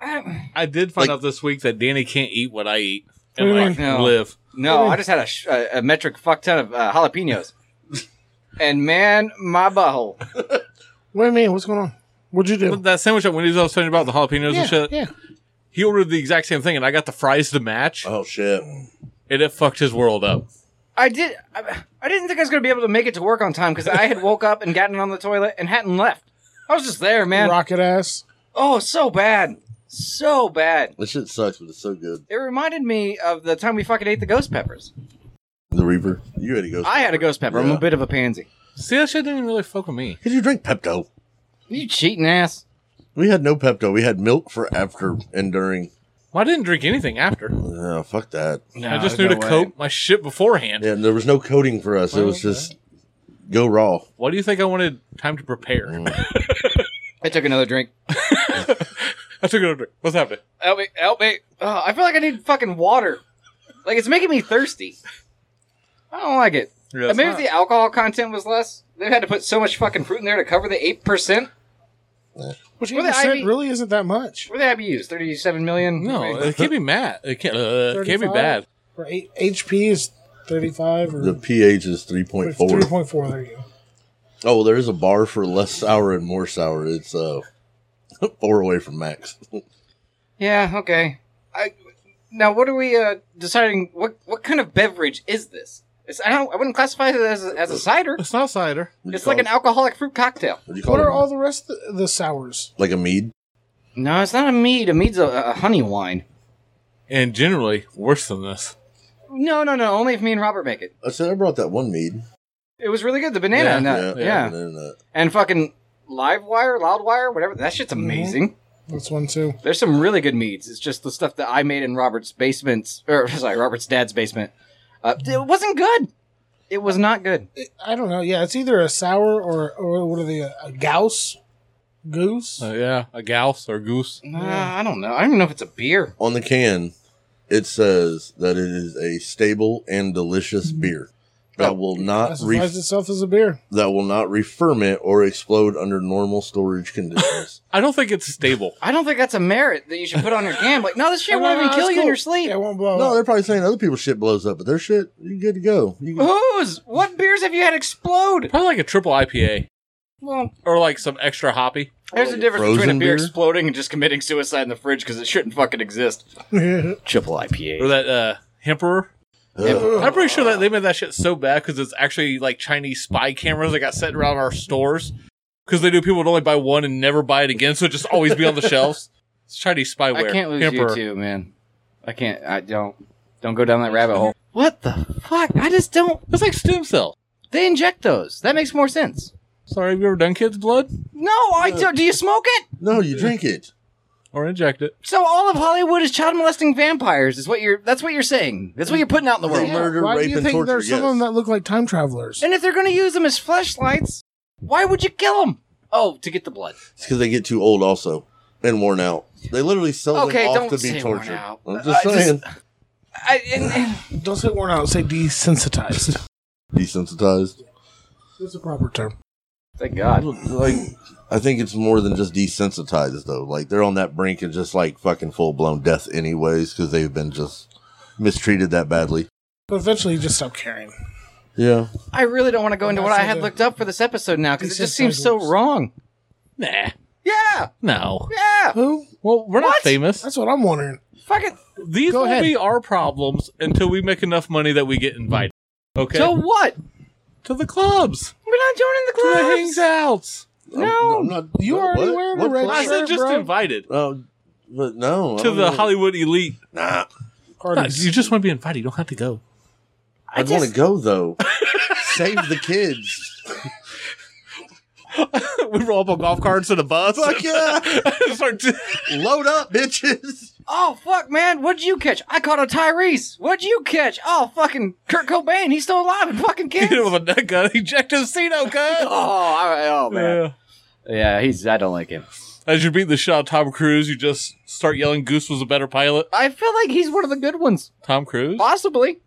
[SPEAKER 3] I-
[SPEAKER 2] I did find
[SPEAKER 4] Like-
[SPEAKER 2] out this week that Danny can't eat what I eat
[SPEAKER 1] What
[SPEAKER 2] and
[SPEAKER 1] do you
[SPEAKER 2] like
[SPEAKER 3] mean? No.
[SPEAKER 2] live.
[SPEAKER 3] no, I just had a, sh- a, a metric fuck ton of uh, jalapenos. and man, my butthole.
[SPEAKER 1] What do you mean? What's going on? What'd you do?
[SPEAKER 2] That sandwich at Wendy's I was telling you about, the jalapenos
[SPEAKER 1] Yeah,
[SPEAKER 2] and shit.
[SPEAKER 1] yeah.
[SPEAKER 2] He ordered the exact same thing, and I got the fries to match,
[SPEAKER 4] Oh shit!
[SPEAKER 2] and it fucked his world up.
[SPEAKER 3] I did. I, I didn't think I was going to be able to make it to work on time because I had woke up and gotten on the toilet and hadn't left. I was just there, man.
[SPEAKER 1] Rocket ass.
[SPEAKER 3] Oh, so bad, so bad.
[SPEAKER 4] This shit sucks, but it's so good.
[SPEAKER 3] It reminded me of the time we fucking ate the ghost peppers.
[SPEAKER 4] The Reaper. You had to go.
[SPEAKER 3] I had a ghost pepper. I'm
[SPEAKER 4] Yeah.
[SPEAKER 3] a bit of a pansy.
[SPEAKER 2] See, that shit didn't really fuck with me.
[SPEAKER 4] Did you drink Pepto?
[SPEAKER 3] You cheating ass.
[SPEAKER 4] We had no Pepto. We had milk for after and during.
[SPEAKER 2] Well, I didn't drink anything after.
[SPEAKER 4] Yeah, fuck that.
[SPEAKER 2] I just knew to cope my shit beforehand.
[SPEAKER 4] Yeah, there was no coating for us. It was just go raw.
[SPEAKER 2] Why do you think I wanted time to prepare?
[SPEAKER 3] I took another drink.
[SPEAKER 2] I took another drink. What's happening?
[SPEAKER 3] Help me! Help me! Oh, I feel like I need fucking water. Like it's making me thirsty. I don't like it.
[SPEAKER 2] Yeah,
[SPEAKER 3] Uh,
[SPEAKER 2] it's
[SPEAKER 3] Maybe
[SPEAKER 2] not-
[SPEAKER 3] if the alcohol content was less, they had to put so much fucking fruit in there to cover the eight percent.
[SPEAKER 1] Which
[SPEAKER 3] Well, the
[SPEAKER 1] 8%
[SPEAKER 3] IV
[SPEAKER 1] really isn't that much.
[SPEAKER 3] Were they abused? Thirty-seven million.
[SPEAKER 2] No, it can't be mad. It can't. Uh, it can't be
[SPEAKER 1] 35?
[SPEAKER 2] bad.
[SPEAKER 1] Or eight, HP is 35 or
[SPEAKER 4] The pH is three point four.
[SPEAKER 1] 3.4. There you go.
[SPEAKER 4] Oh, well, there is a bar for less sour and more sour. It's uh four away from max.
[SPEAKER 3] Yeah. Okay. I, now, what are we uh, deciding? What what kind of beverage is this? It's, I don't. I wouldn't classify it as a, as a cider.
[SPEAKER 2] It's not cider.
[SPEAKER 4] What do you
[SPEAKER 3] It's
[SPEAKER 4] call
[SPEAKER 3] like an
[SPEAKER 4] it?
[SPEAKER 3] alcoholic fruit cocktail.
[SPEAKER 4] What do you call
[SPEAKER 1] What
[SPEAKER 4] it?
[SPEAKER 1] are all the rest of the, the sours?
[SPEAKER 4] like a mead?
[SPEAKER 3] No, it's not a mead. A mead's a, a honey wine.
[SPEAKER 2] And generally worse than this.
[SPEAKER 3] No, no, no. Only if me and Robert make it.
[SPEAKER 4] I said I brought that one mead.
[SPEAKER 3] It was really good. The banana
[SPEAKER 2] Yeah,
[SPEAKER 3] and that.
[SPEAKER 4] yeah,
[SPEAKER 3] yeah.
[SPEAKER 4] and then, uh,
[SPEAKER 3] and fucking live wire, loud wire, whatever. That shit's amazing.
[SPEAKER 1] That's one too.
[SPEAKER 3] There's some really good meads. It's just the stuff that I made in Robert's basement, or sorry, Robert's dad's basement. Uh, it wasn't good. It was not good.
[SPEAKER 1] I don't know. Yeah, it's either a sour or or what are they? A, a gouse, goose.
[SPEAKER 2] Uh, yeah, a gauss or goose.
[SPEAKER 3] Uh, I don't know. I don't even know if it's a beer.
[SPEAKER 4] on the can, it says that it is a stable and delicious
[SPEAKER 1] Mm-hmm. Oh,
[SPEAKER 4] beer that will not re-
[SPEAKER 1] Classifies itself as a beer.
[SPEAKER 4] that will not referment or explode under normal storage conditions.
[SPEAKER 2] I don't think it's stable.
[SPEAKER 3] I don't think that's a merit that you should put on your can. Like, no, this shit won't
[SPEAKER 1] No, no,
[SPEAKER 3] even
[SPEAKER 1] no,
[SPEAKER 3] kill
[SPEAKER 1] it's
[SPEAKER 3] you in
[SPEAKER 1] cool.
[SPEAKER 3] your sleep.
[SPEAKER 1] Yeah, it won't blow.
[SPEAKER 4] no,
[SPEAKER 1] up.
[SPEAKER 4] they're probably saying other people's shit blows up, but their shit you good to go. You can-
[SPEAKER 3] Whose? What beers have you had explode?
[SPEAKER 2] Probably like a triple IPA
[SPEAKER 3] Well,
[SPEAKER 2] or like some extra hoppy.
[SPEAKER 3] there's a difference
[SPEAKER 4] Frozen
[SPEAKER 3] between a
[SPEAKER 4] beer?
[SPEAKER 3] beer, exploding and just committing suicide in the fridge because it shouldn't fucking exist. Triple
[SPEAKER 2] Or
[SPEAKER 3] IPA.
[SPEAKER 2] that uh, Hemperer.
[SPEAKER 4] Ugh.
[SPEAKER 2] I'm pretty sure that they made that shit so bad because it's actually like Chinese spy cameras that got set around our stores because they knew people would only buy one and never buy it again, so it just always be on the shelves. It's Chinese spyware.
[SPEAKER 3] I can't lose
[SPEAKER 2] Hemperer.
[SPEAKER 3] you too, man. I can't. I don't. Don't go down that rabbit hole. What the fuck? I just don't.
[SPEAKER 2] It's like stem cell.
[SPEAKER 3] They inject those. That makes more sense.
[SPEAKER 2] Sorry, have you ever done kids' blood
[SPEAKER 3] No, I do. Do you smoke it?
[SPEAKER 4] no, you drink it.
[SPEAKER 2] or inject it?
[SPEAKER 3] So all of Hollywood is child molesting vampires. Is what you're. That's what you're saying. That's what you're putting out in the
[SPEAKER 4] They
[SPEAKER 3] world.
[SPEAKER 1] Yeah,
[SPEAKER 4] murder,
[SPEAKER 1] Why
[SPEAKER 4] rape,
[SPEAKER 1] do you
[SPEAKER 4] and
[SPEAKER 1] think
[SPEAKER 4] torture,
[SPEAKER 1] there's some of them
[SPEAKER 4] yes.
[SPEAKER 1] that look like time travelers?
[SPEAKER 3] And if they're going to use them as flashlights, why would you kill them? Oh, to get the blood.
[SPEAKER 4] It's because they get too old, also, and worn out. They literally sell
[SPEAKER 3] Okay,
[SPEAKER 4] them off
[SPEAKER 3] don't
[SPEAKER 4] to be
[SPEAKER 3] say worn
[SPEAKER 4] tortured.
[SPEAKER 3] out.
[SPEAKER 4] I'm just
[SPEAKER 3] I just-
[SPEAKER 4] saying,
[SPEAKER 3] I, and, and-
[SPEAKER 1] Don't say worn out. Say desensitized.
[SPEAKER 4] desensitized.
[SPEAKER 1] That's a proper term.
[SPEAKER 3] thank God.
[SPEAKER 4] Like, I think it's more than just desensitized, though. Like, they're on that brink of just like fucking full blown death, anyways, because they've been just mistreated that badly.
[SPEAKER 1] But eventually, you just stop caring.
[SPEAKER 4] Yeah,
[SPEAKER 3] I really don't want to go into what I
[SPEAKER 1] that's
[SPEAKER 3] had
[SPEAKER 1] the-
[SPEAKER 3] looked up for this episode now because it just
[SPEAKER 1] Desensitizers.
[SPEAKER 3] seems so wrong.
[SPEAKER 2] Nah,
[SPEAKER 3] Yeah,
[SPEAKER 2] no.
[SPEAKER 3] yeah.
[SPEAKER 1] Who?
[SPEAKER 2] Well, we're not
[SPEAKER 3] What?
[SPEAKER 2] famous.
[SPEAKER 1] That's what I'm wondering.
[SPEAKER 3] Fucking
[SPEAKER 2] These
[SPEAKER 1] Go
[SPEAKER 2] will
[SPEAKER 1] ahead.
[SPEAKER 2] be our problems until we make enough money that we get invited. Okay,
[SPEAKER 3] to what? We're
[SPEAKER 2] to the clubs,
[SPEAKER 3] not joining the
[SPEAKER 2] to the
[SPEAKER 3] club.
[SPEAKER 2] hangouts.
[SPEAKER 3] No.
[SPEAKER 4] not.
[SPEAKER 1] You
[SPEAKER 4] what-
[SPEAKER 1] already wearing a
[SPEAKER 4] What
[SPEAKER 1] red
[SPEAKER 2] I
[SPEAKER 4] club?
[SPEAKER 2] said
[SPEAKER 1] Sure,
[SPEAKER 2] just
[SPEAKER 1] bro.
[SPEAKER 2] invited
[SPEAKER 4] Oh, but no. I
[SPEAKER 2] to
[SPEAKER 4] don't
[SPEAKER 2] the
[SPEAKER 4] know.
[SPEAKER 2] Hollywood elite.
[SPEAKER 4] Nah,
[SPEAKER 2] Nah,
[SPEAKER 1] Parties.
[SPEAKER 2] you just want to be invited. You don't have to go.
[SPEAKER 4] I'd want to go though. Save the kids.
[SPEAKER 2] we roll up on golf carts in a bus.
[SPEAKER 4] Fuck yeah!
[SPEAKER 2] Start t-
[SPEAKER 4] Load up, bitches.
[SPEAKER 3] Oh fuck, man! What'd you catch? I caught a Tyrese. What'd you catch? Oh fucking Kurt Cobain. He's still alive and fucking
[SPEAKER 2] hit
[SPEAKER 3] kicks.
[SPEAKER 2] him with a nut gun. Eject his Cino, cut.
[SPEAKER 3] Oh, I, oh man.
[SPEAKER 2] Yeah.
[SPEAKER 3] Yeah. he's. I don't like him.
[SPEAKER 2] As you beat the shot, of Tom Cruise, you just start yelling, "Goose was a better pilot."
[SPEAKER 3] I feel like he's one of the good ones,
[SPEAKER 2] Tom Cruise.
[SPEAKER 3] possibly.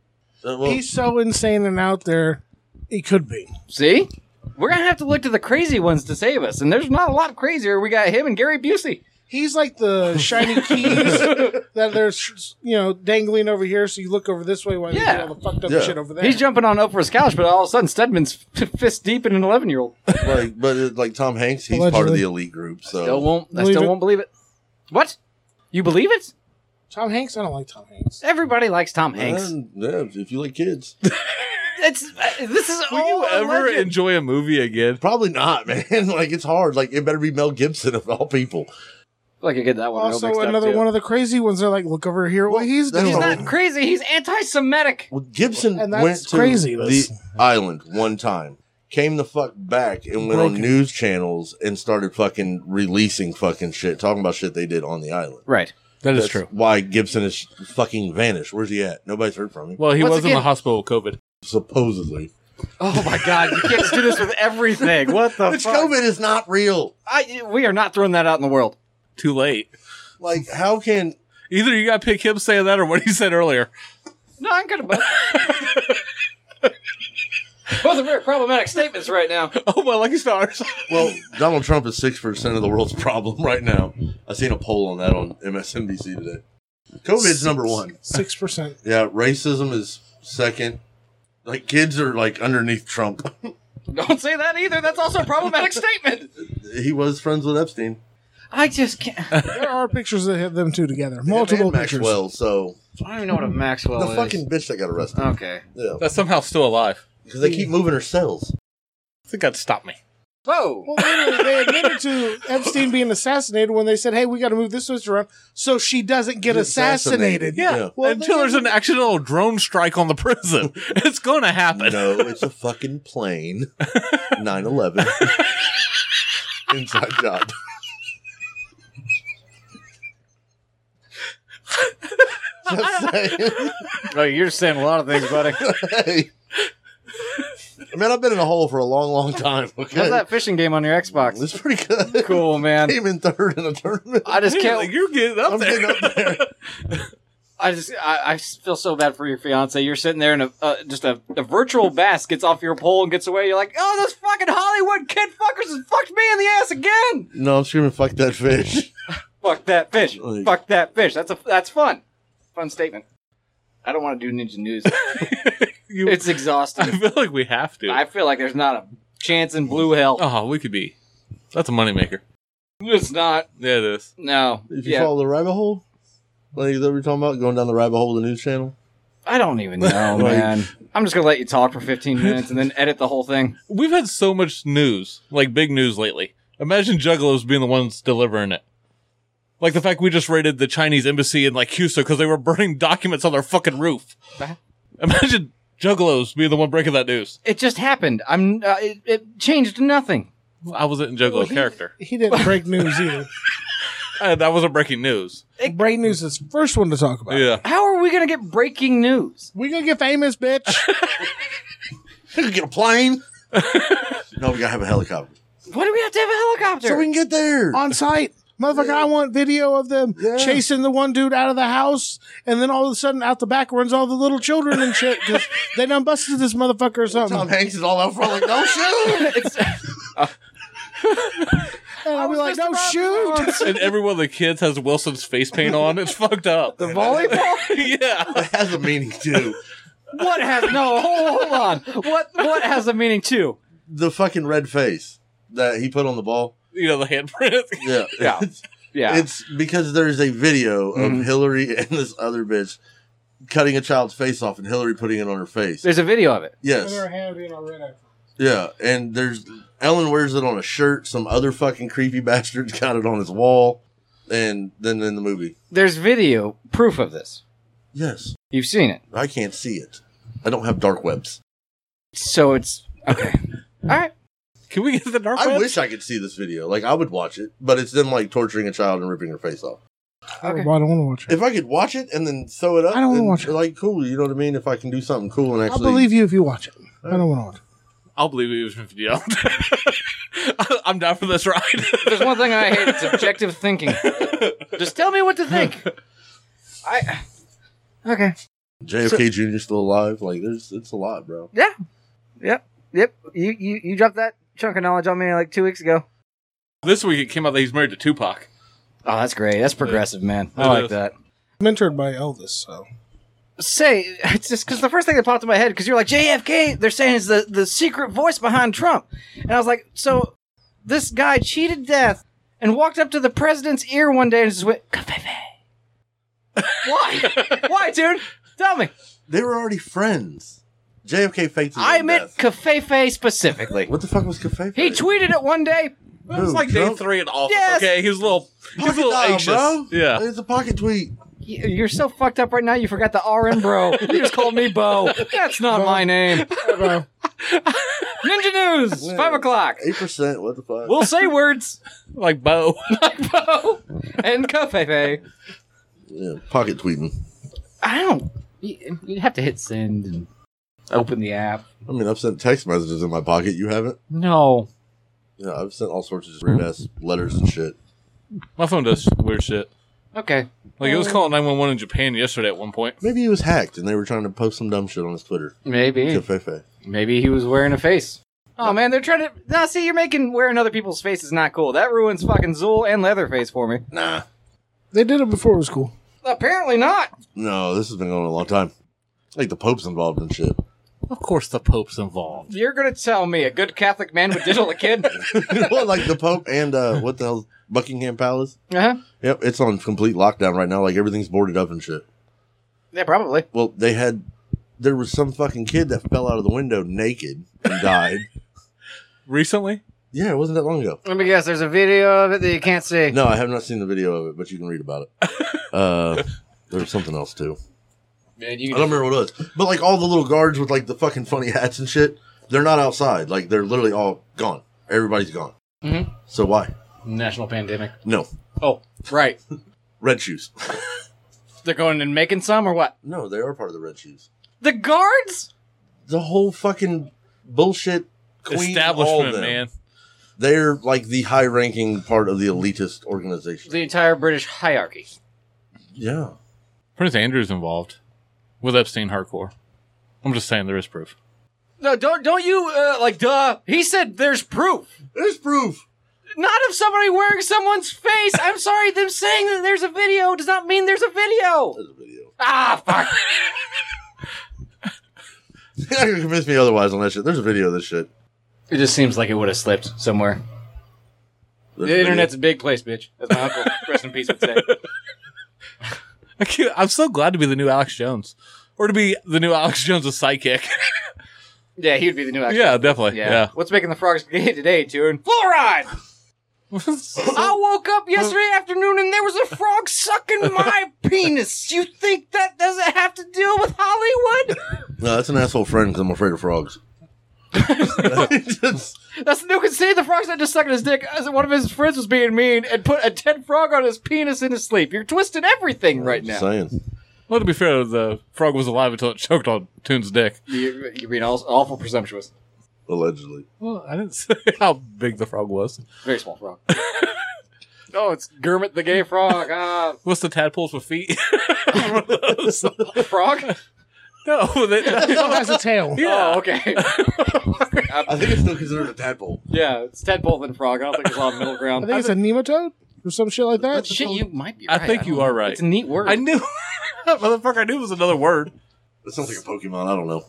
[SPEAKER 4] Uh, well,
[SPEAKER 1] He's so insane and out there. He could be.
[SPEAKER 3] See, we're gonna have to look to the crazy ones to save us, and there's not a lot crazier. We got him and Gary Busey.
[SPEAKER 1] He's like the shiny keys that they're sh- you know dangling over here, so you look over this way while
[SPEAKER 3] Yeah.
[SPEAKER 1] you do all the fucked up
[SPEAKER 4] Yeah.
[SPEAKER 1] shit over there.
[SPEAKER 3] He's jumping on Oprah's couch, but all of a sudden Stedman's fist deep in an eleven year old.
[SPEAKER 4] like, but it, like Tom Hanks, he's part of
[SPEAKER 1] Allegedly.
[SPEAKER 4] the elite group. So
[SPEAKER 3] Still won't. I
[SPEAKER 1] Believe
[SPEAKER 3] still
[SPEAKER 1] it.
[SPEAKER 3] won't believe it. What? You believe it?
[SPEAKER 1] Tom Hanks. I don't like Tom Hanks.
[SPEAKER 3] Everybody likes Tom Hanks.
[SPEAKER 4] And, yeah, if you like kids,
[SPEAKER 3] It's uh, this is
[SPEAKER 2] Will
[SPEAKER 3] all
[SPEAKER 2] you
[SPEAKER 3] a
[SPEAKER 2] ever
[SPEAKER 3] legend.
[SPEAKER 2] enjoy a movie again?
[SPEAKER 4] probably not, man. Like it's hard. Like it better be Mel Gibson of all people.
[SPEAKER 3] Like I get that one. real
[SPEAKER 1] Also,
[SPEAKER 3] mixed up,
[SPEAKER 1] another
[SPEAKER 3] too.
[SPEAKER 1] one of the crazy ones. They're like, look over here, what
[SPEAKER 4] Well,
[SPEAKER 1] he's
[SPEAKER 4] that's
[SPEAKER 1] doing.
[SPEAKER 3] He's
[SPEAKER 4] Oh.
[SPEAKER 3] not crazy. He's anti-Semitic.
[SPEAKER 4] Well, Gibson
[SPEAKER 1] And that's
[SPEAKER 4] went to
[SPEAKER 1] crazy, that's-
[SPEAKER 4] the island one time, came the fuck back, and went on
[SPEAKER 1] Broken.
[SPEAKER 4] news channels and started fucking releasing fucking shit, talking about shit they did on the island.
[SPEAKER 3] Right.
[SPEAKER 2] That
[SPEAKER 4] That's Why Gibson is fucking vanished? Where's he at? Nobody's heard from him.
[SPEAKER 2] Well, he
[SPEAKER 3] Once
[SPEAKER 2] was in
[SPEAKER 3] again-
[SPEAKER 2] the hospital with COVID.
[SPEAKER 4] Supposedly,
[SPEAKER 3] Oh my God! You can't do this with everything. What the
[SPEAKER 4] which
[SPEAKER 3] fuck?
[SPEAKER 4] COVID is not real.
[SPEAKER 3] I, we are not throwing that out in the world.
[SPEAKER 2] Too late.
[SPEAKER 4] Like, how can
[SPEAKER 2] Either you got to pick him saying that or what he said earlier.
[SPEAKER 3] No, I'm gonna. Both Both are very problematic statements right now.
[SPEAKER 2] Oh, my lucky stars.
[SPEAKER 4] Well, Donald Trump is six percent of the world's problem right now. I seen a poll on that on MSNBC today. COVID's number one.
[SPEAKER 1] Six percent.
[SPEAKER 4] Yeah, racism is second. Like kids are like underneath Trump.
[SPEAKER 3] Don't say that either. That's also a problematic statement.
[SPEAKER 4] He was friends with Epstein.
[SPEAKER 3] I just can't. I
[SPEAKER 1] There are pictures that have them two together.
[SPEAKER 4] Him
[SPEAKER 1] Multiple
[SPEAKER 4] and
[SPEAKER 1] pictures.
[SPEAKER 4] Maxwell, so
[SPEAKER 3] don't even know what a Maxwell
[SPEAKER 4] the
[SPEAKER 3] is.
[SPEAKER 4] fucking bitch that got arrested.
[SPEAKER 3] Okay.
[SPEAKER 4] Yeah,
[SPEAKER 2] That's somehow still alive.
[SPEAKER 4] because they keep moving her cells.
[SPEAKER 2] I think that stopped me.
[SPEAKER 3] Whoa.
[SPEAKER 1] Well, literally, they admitted to Epstein being assassinated when they said, "Hey, we got to move this switch around so she doesn't get assassinated."
[SPEAKER 4] Yeah.
[SPEAKER 1] Well,
[SPEAKER 2] Until
[SPEAKER 1] they-
[SPEAKER 2] there's an accidental drone strike on the prison. it's going to happen.
[SPEAKER 4] No, it's a fucking plane. 9-11. Inside job. Just saying.
[SPEAKER 3] No, Oh, you're saying a lot of things, buddy.
[SPEAKER 4] hey. Man, I've been in a hole for a long, long time. Okay.
[SPEAKER 3] How's that fishing game on your Xbox?
[SPEAKER 4] It's pretty good.
[SPEAKER 3] Cool, man.
[SPEAKER 4] Came in third in a tournament.
[SPEAKER 3] I just
[SPEAKER 2] Hey,
[SPEAKER 3] can't.
[SPEAKER 2] like, You're getting up
[SPEAKER 4] I'm
[SPEAKER 2] there.
[SPEAKER 4] getting up there.
[SPEAKER 3] I just I, I feel so bad for your fiance. You're sitting there, and a, uh, just a, a virtual bass gets off your pole and gets away. You're like, oh, those fucking Hollywood kid fuckers has fucked me in the ass again.
[SPEAKER 4] No, I'm screaming, fuck that fish.
[SPEAKER 3] Fuck that fish.
[SPEAKER 4] Like-
[SPEAKER 3] Fuck that fish. That's a that's fun. Fun statement. I don't want to do Ninja News.
[SPEAKER 2] You-
[SPEAKER 3] it's
[SPEAKER 2] I
[SPEAKER 3] exhausting.
[SPEAKER 2] feel like we have to.
[SPEAKER 3] I feel like there's not a chance in blue hell.
[SPEAKER 2] oh, we could be. That's a moneymaker.
[SPEAKER 3] It's not.
[SPEAKER 2] Yeah, it is.
[SPEAKER 3] No.
[SPEAKER 4] If you
[SPEAKER 3] Yeah.
[SPEAKER 4] follow the rabbit hole, like that we're talking about, going down the rabbit hole of the news channel.
[SPEAKER 3] I don't even know,
[SPEAKER 4] Like-
[SPEAKER 3] man. I'm just gonna let you talk for 15 minutes and then edit the whole thing.
[SPEAKER 2] We've had so much news, like big news lately. Imagine Juggalos being the ones delivering it. Like the fact we just raided the Chinese embassy in like Houston because they were burning documents on their fucking roof.
[SPEAKER 3] Uh-huh.
[SPEAKER 2] Imagine Juggalos being the one breaking that news.
[SPEAKER 3] It just happened. I'm. Uh, it, it changed nothing.
[SPEAKER 2] I wasn't in Juggalo character.
[SPEAKER 1] He didn't break news either.
[SPEAKER 2] Uh, that wasn't breaking news.
[SPEAKER 1] Break news is the first one to talk about.
[SPEAKER 2] Yeah.
[SPEAKER 3] How are we gonna get breaking news?
[SPEAKER 1] We gonna get famous, bitch.
[SPEAKER 4] get a plane. no, we gotta have a helicopter
[SPEAKER 3] Why do we have to have a helicopter?
[SPEAKER 4] so we can get there.
[SPEAKER 1] on site. Motherfucker, I want video of them
[SPEAKER 4] Yeah.
[SPEAKER 1] chasing the one dude out of the house, and then all of a sudden, out the back runs all the little children and shit because they done busted this motherfucker or something.
[SPEAKER 4] Tom Hanks is all out front, like, no shoot.
[SPEAKER 3] It's-
[SPEAKER 1] and I'll be like, no, shoot.
[SPEAKER 2] And every one of the kids has Wilson's face paint on. It's fucked up.
[SPEAKER 3] the volleyball.
[SPEAKER 2] yeah.
[SPEAKER 4] It has a meaning too.
[SPEAKER 3] What has no? Hold, hold on. What what has a meaning too?
[SPEAKER 4] The fucking red face that he put on the ball.
[SPEAKER 2] You know, the handprint.
[SPEAKER 4] Yeah,
[SPEAKER 3] Yeah.
[SPEAKER 4] It's,
[SPEAKER 3] Yeah, Mm-hmm.
[SPEAKER 4] it's because there's a video of Hillary and this other bitch cutting a child's face off, and Hillary putting it on her face.
[SPEAKER 3] there's a video of it.
[SPEAKER 4] Yes, Yeah, and there's Ellen wears it on a shirt. Some other fucking creepy bastard got it on his wall, and then in the movie.
[SPEAKER 3] There's video proof of this.
[SPEAKER 4] Yes,
[SPEAKER 3] You've seen it,
[SPEAKER 4] I can't see it. I don't have dark webs.
[SPEAKER 3] so it's okay. All right.
[SPEAKER 2] Can we get the dark
[SPEAKER 4] I
[SPEAKER 2] web?
[SPEAKER 4] wish I could see this video. Like I would watch it, but it's them like torturing a child and ripping her face off.
[SPEAKER 3] Okay.
[SPEAKER 1] Well, I don't want to watch it.
[SPEAKER 4] If I could watch it and then throw it up,
[SPEAKER 1] I don't wanna
[SPEAKER 4] then,
[SPEAKER 1] watch it.
[SPEAKER 4] Like cool, you know what I mean? If I can do something cool and
[SPEAKER 1] I'll
[SPEAKER 4] actually,
[SPEAKER 1] believe you if you watch it. I don't want to watch it.
[SPEAKER 2] I'll believe it even if you don't. I'm down for this ride.
[SPEAKER 3] There's one thing I hate. It's objective thinking. Just tell me what to think. I. Okay.
[SPEAKER 4] JFK Jr. still alive. Like there's, it's a lot, bro.
[SPEAKER 3] Yeah. Yep. Yep. You you you dropped that chunk of knowledge on me like two weeks ago.
[SPEAKER 2] this week it came out that he's married to Tupac.
[SPEAKER 3] Oh, that's great. That's progressive, man. I
[SPEAKER 2] It
[SPEAKER 3] like
[SPEAKER 2] is.
[SPEAKER 3] that.
[SPEAKER 1] Mentored by Elvis, so
[SPEAKER 3] Say, it's just because the first thing that popped in my head, because you're like, JFK, they're saying is the, the secret voice behind Trump. And I was like, so this guy cheated death and walked up to the president's ear one day and just went, Covfefe. Why? Why, dude? Tell me.
[SPEAKER 4] They were already friends. JFK faked his
[SPEAKER 3] I
[SPEAKER 4] own
[SPEAKER 3] meant
[SPEAKER 4] death.
[SPEAKER 3] Covfefe specifically.
[SPEAKER 4] What the fuck was Cafefe?
[SPEAKER 3] He tweeted it one day.
[SPEAKER 2] It was like day
[SPEAKER 4] Trump?
[SPEAKER 2] three in office.
[SPEAKER 3] Yes.
[SPEAKER 2] Okay, he was a little, he was a little anxious. Yeah,
[SPEAKER 4] It's a pocket tweet.
[SPEAKER 3] "Y- You're so fucked up right now, you forgot the RM bro. You just called me Bo. That's not my name.
[SPEAKER 1] Bro,
[SPEAKER 3] Ninja News,
[SPEAKER 4] Well,
[SPEAKER 3] 5 o'clock.
[SPEAKER 4] 8%. What the fuck?
[SPEAKER 3] We'll say words.
[SPEAKER 2] like Bo.
[SPEAKER 3] Bo and Covfefe.
[SPEAKER 4] yeah, pocket tweeting.
[SPEAKER 3] I don't. You, you'd have to hit send and open the app.
[SPEAKER 4] I mean, I've sent text messages in my pocket. You haven't?
[SPEAKER 3] No.
[SPEAKER 4] Yeah, I've sent all sorts of weird ass letters and shit.
[SPEAKER 2] My phone does weird shit.
[SPEAKER 3] Okay.
[SPEAKER 2] Like it was calling nine one one in Japan yesterday at one point.
[SPEAKER 4] Maybe he was hacked and they were trying to post some dumb shit on his Twitter.
[SPEAKER 3] Maybe.
[SPEAKER 4] Cafefe.
[SPEAKER 3] Maybe he was wearing a face. Oh man, they're trying to. Now, see, you're making wearing other people's faces not cool. That ruins fucking Zool and Leatherface for me.
[SPEAKER 4] Nah.
[SPEAKER 1] they did it before it was cool.
[SPEAKER 3] Apparently not.
[SPEAKER 4] No, this has been going on a long time. Like the Pope's involved in shit.
[SPEAKER 2] Of course, the Pope's involved.
[SPEAKER 3] You're gonna tell me a good Catholic man would diddle a kid? uh
[SPEAKER 4] well, like the Pope and uh, what the hell? Buckingham Palace?
[SPEAKER 3] huh.
[SPEAKER 4] Yep, it's on complete lockdown right now. Like everything's boarded up and shit.
[SPEAKER 3] Yeah, probably.
[SPEAKER 4] Well, they had there was some fucking kid that fell out of the window naked and died.
[SPEAKER 2] Recently,
[SPEAKER 4] yeah, it wasn't that long ago.
[SPEAKER 3] Let me guess. There's a video of it that you can't see.
[SPEAKER 4] No, I have not seen the video of it, but you can read about it. Uh, there was something else too.
[SPEAKER 3] Man,
[SPEAKER 4] I
[SPEAKER 3] you.
[SPEAKER 4] don't remember what it was, but like all the little guards with like the fucking funny hats and shit, they're not outside. Like they're literally all gone. Everybody's gone.
[SPEAKER 3] Mhm.
[SPEAKER 4] So why?
[SPEAKER 3] National pandemic.
[SPEAKER 4] No
[SPEAKER 3] Oh, right.
[SPEAKER 4] red shoes.
[SPEAKER 3] They're going and making some or what?
[SPEAKER 4] No, they are part of the red shoes.
[SPEAKER 3] The guards?
[SPEAKER 4] The whole fucking bullshit queen, all of
[SPEAKER 2] establishment
[SPEAKER 4] them.
[SPEAKER 2] man.
[SPEAKER 4] They're like the high ranking part of the elitist organization.
[SPEAKER 3] The entire British hierarchy.
[SPEAKER 4] Yeah.
[SPEAKER 2] Prince Andrew's involved with Epstein hardcore. I'm just saying there is proof.
[SPEAKER 3] No, don't don't you uh, like duh. He said there's proof.
[SPEAKER 4] There's proof.
[SPEAKER 3] Not of somebody wearing someone's face. I'm sorry, them saying that there's a video does not mean there's a video.
[SPEAKER 4] There's a video.
[SPEAKER 3] Ah, fuck.
[SPEAKER 4] You're not gonna convince me otherwise on that shit. There's a video of this shit.
[SPEAKER 3] It just seems like it would have slipped somewhere.
[SPEAKER 4] There's a
[SPEAKER 3] The
[SPEAKER 4] video.
[SPEAKER 3] internet's a big place, bitch. As my uncle, rest in peace, would say.
[SPEAKER 2] I can't, I'm so glad to be the new Alex Jones, or to be the new Alex Jones of psychic.
[SPEAKER 3] Yeah, he would be the new actor.
[SPEAKER 2] yeah, definitely.
[SPEAKER 3] Yeah.
[SPEAKER 2] Yeah.
[SPEAKER 3] What's making the frogs gay today, Tune? Fluoride! I woke up yesterday afternoon and there was a frog sucking my penis. You think that doesn't have to deal with Hollywood?
[SPEAKER 4] No, that's an asshole friend because I'm afraid of frogs. Just-
[SPEAKER 3] That's no can see the frog's not just sucking his dick. As one of his friends was being mean and put a dead frog on his penis in his sleep. You're twisting everything
[SPEAKER 2] Oh,
[SPEAKER 3] right
[SPEAKER 4] just
[SPEAKER 3] now.
[SPEAKER 4] saying.
[SPEAKER 2] Well, to be fair, the frog was alive until it choked on Toon's dick.
[SPEAKER 3] You're, you're being all, awful presumptuous.
[SPEAKER 4] Allegedly.
[SPEAKER 2] Well, I didn't say how big the frog was.
[SPEAKER 3] Very small frog. oh, it's Gurmit the gay frog. Ah,
[SPEAKER 2] What's the tadpoles with feet? One of those.
[SPEAKER 3] frog.
[SPEAKER 2] no, they-
[SPEAKER 1] Still has a tail.
[SPEAKER 2] yeah.
[SPEAKER 3] Oh, okay.
[SPEAKER 4] I think it's still considered a tadpole.
[SPEAKER 3] yeah, it's tadpole than frog. I don't think there's a lot of middle
[SPEAKER 1] I
[SPEAKER 3] ground.
[SPEAKER 1] think it's a nematode or some shit like that.
[SPEAKER 3] Shit, you might be.
[SPEAKER 2] I
[SPEAKER 3] Right.
[SPEAKER 2] think
[SPEAKER 3] don't
[SPEAKER 2] you
[SPEAKER 3] know.
[SPEAKER 2] are right.
[SPEAKER 3] It's a neat word.
[SPEAKER 2] I knew. Motherfucker, I knew it was another word.
[SPEAKER 4] That sounds like a Pokemon. I don't know.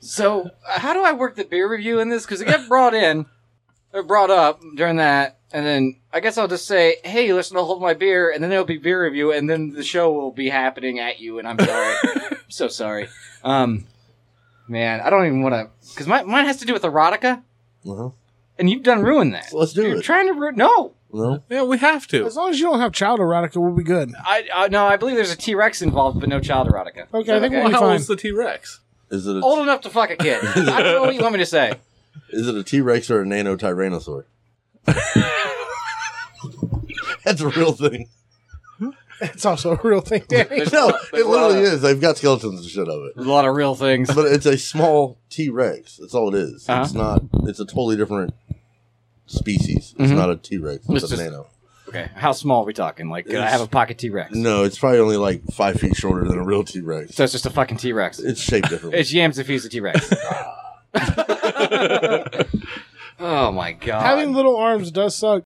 [SPEAKER 3] So, uh, how do I work the beer review in this? Because it got brought in, or brought up during that, and then I guess I'll just say, "Hey, listen, I'll hold my beer," and then it'll be beer review, and then the show will be happening at you, and I'm sorry, I'm so sorry. Um, man, I don't even want to, because my mine has to do with erotica,
[SPEAKER 4] Uh-huh.
[SPEAKER 3] and you've done ruined that.
[SPEAKER 4] So let's do
[SPEAKER 3] You're
[SPEAKER 4] it.
[SPEAKER 3] trying to ruin. No,
[SPEAKER 4] no?
[SPEAKER 2] Yeah, we have to.
[SPEAKER 1] As long as you don't have child erotica, we'll be good.
[SPEAKER 3] I uh, no, I believe there's a T Rex involved, but no child erotica.
[SPEAKER 1] Okay,
[SPEAKER 3] Is that
[SPEAKER 1] I think
[SPEAKER 3] okay?
[SPEAKER 1] we'll
[SPEAKER 2] Well,
[SPEAKER 1] be
[SPEAKER 2] how
[SPEAKER 1] fine.
[SPEAKER 2] old's the T Rex?
[SPEAKER 4] Is it
[SPEAKER 3] old
[SPEAKER 4] a,
[SPEAKER 3] enough to fuck a kid. I don't know what you want me to say.
[SPEAKER 4] is it a T-Rex or a Nano Tyrannosaur? That's a real thing.
[SPEAKER 1] It's also a real thing, Danny.
[SPEAKER 3] There's,
[SPEAKER 4] No,
[SPEAKER 3] there's
[SPEAKER 4] it
[SPEAKER 3] a lot of-
[SPEAKER 4] literally is. They've got skeletons and shit of it.
[SPEAKER 3] There's a lot of real things.
[SPEAKER 4] But it's a small T Rex. That's all it is.
[SPEAKER 3] Uh-huh.
[SPEAKER 4] It's not. It's a totally different species. It's
[SPEAKER 3] Mhm.
[SPEAKER 4] not a T Rex. It's,
[SPEAKER 3] It's
[SPEAKER 4] a
[SPEAKER 3] just-
[SPEAKER 4] nano.
[SPEAKER 3] Okay, how small are we talking? Like, uh, I
[SPEAKER 4] It's-
[SPEAKER 3] have a pocket T Rex.
[SPEAKER 4] No, it's probably only like five feet shorter than a real T Rex.
[SPEAKER 3] So it's just a fucking T Rex.
[SPEAKER 4] It's shaped differently.
[SPEAKER 3] It's yams if he's a T Rex. oh my god. Oh
[SPEAKER 1] Having little arms does suck.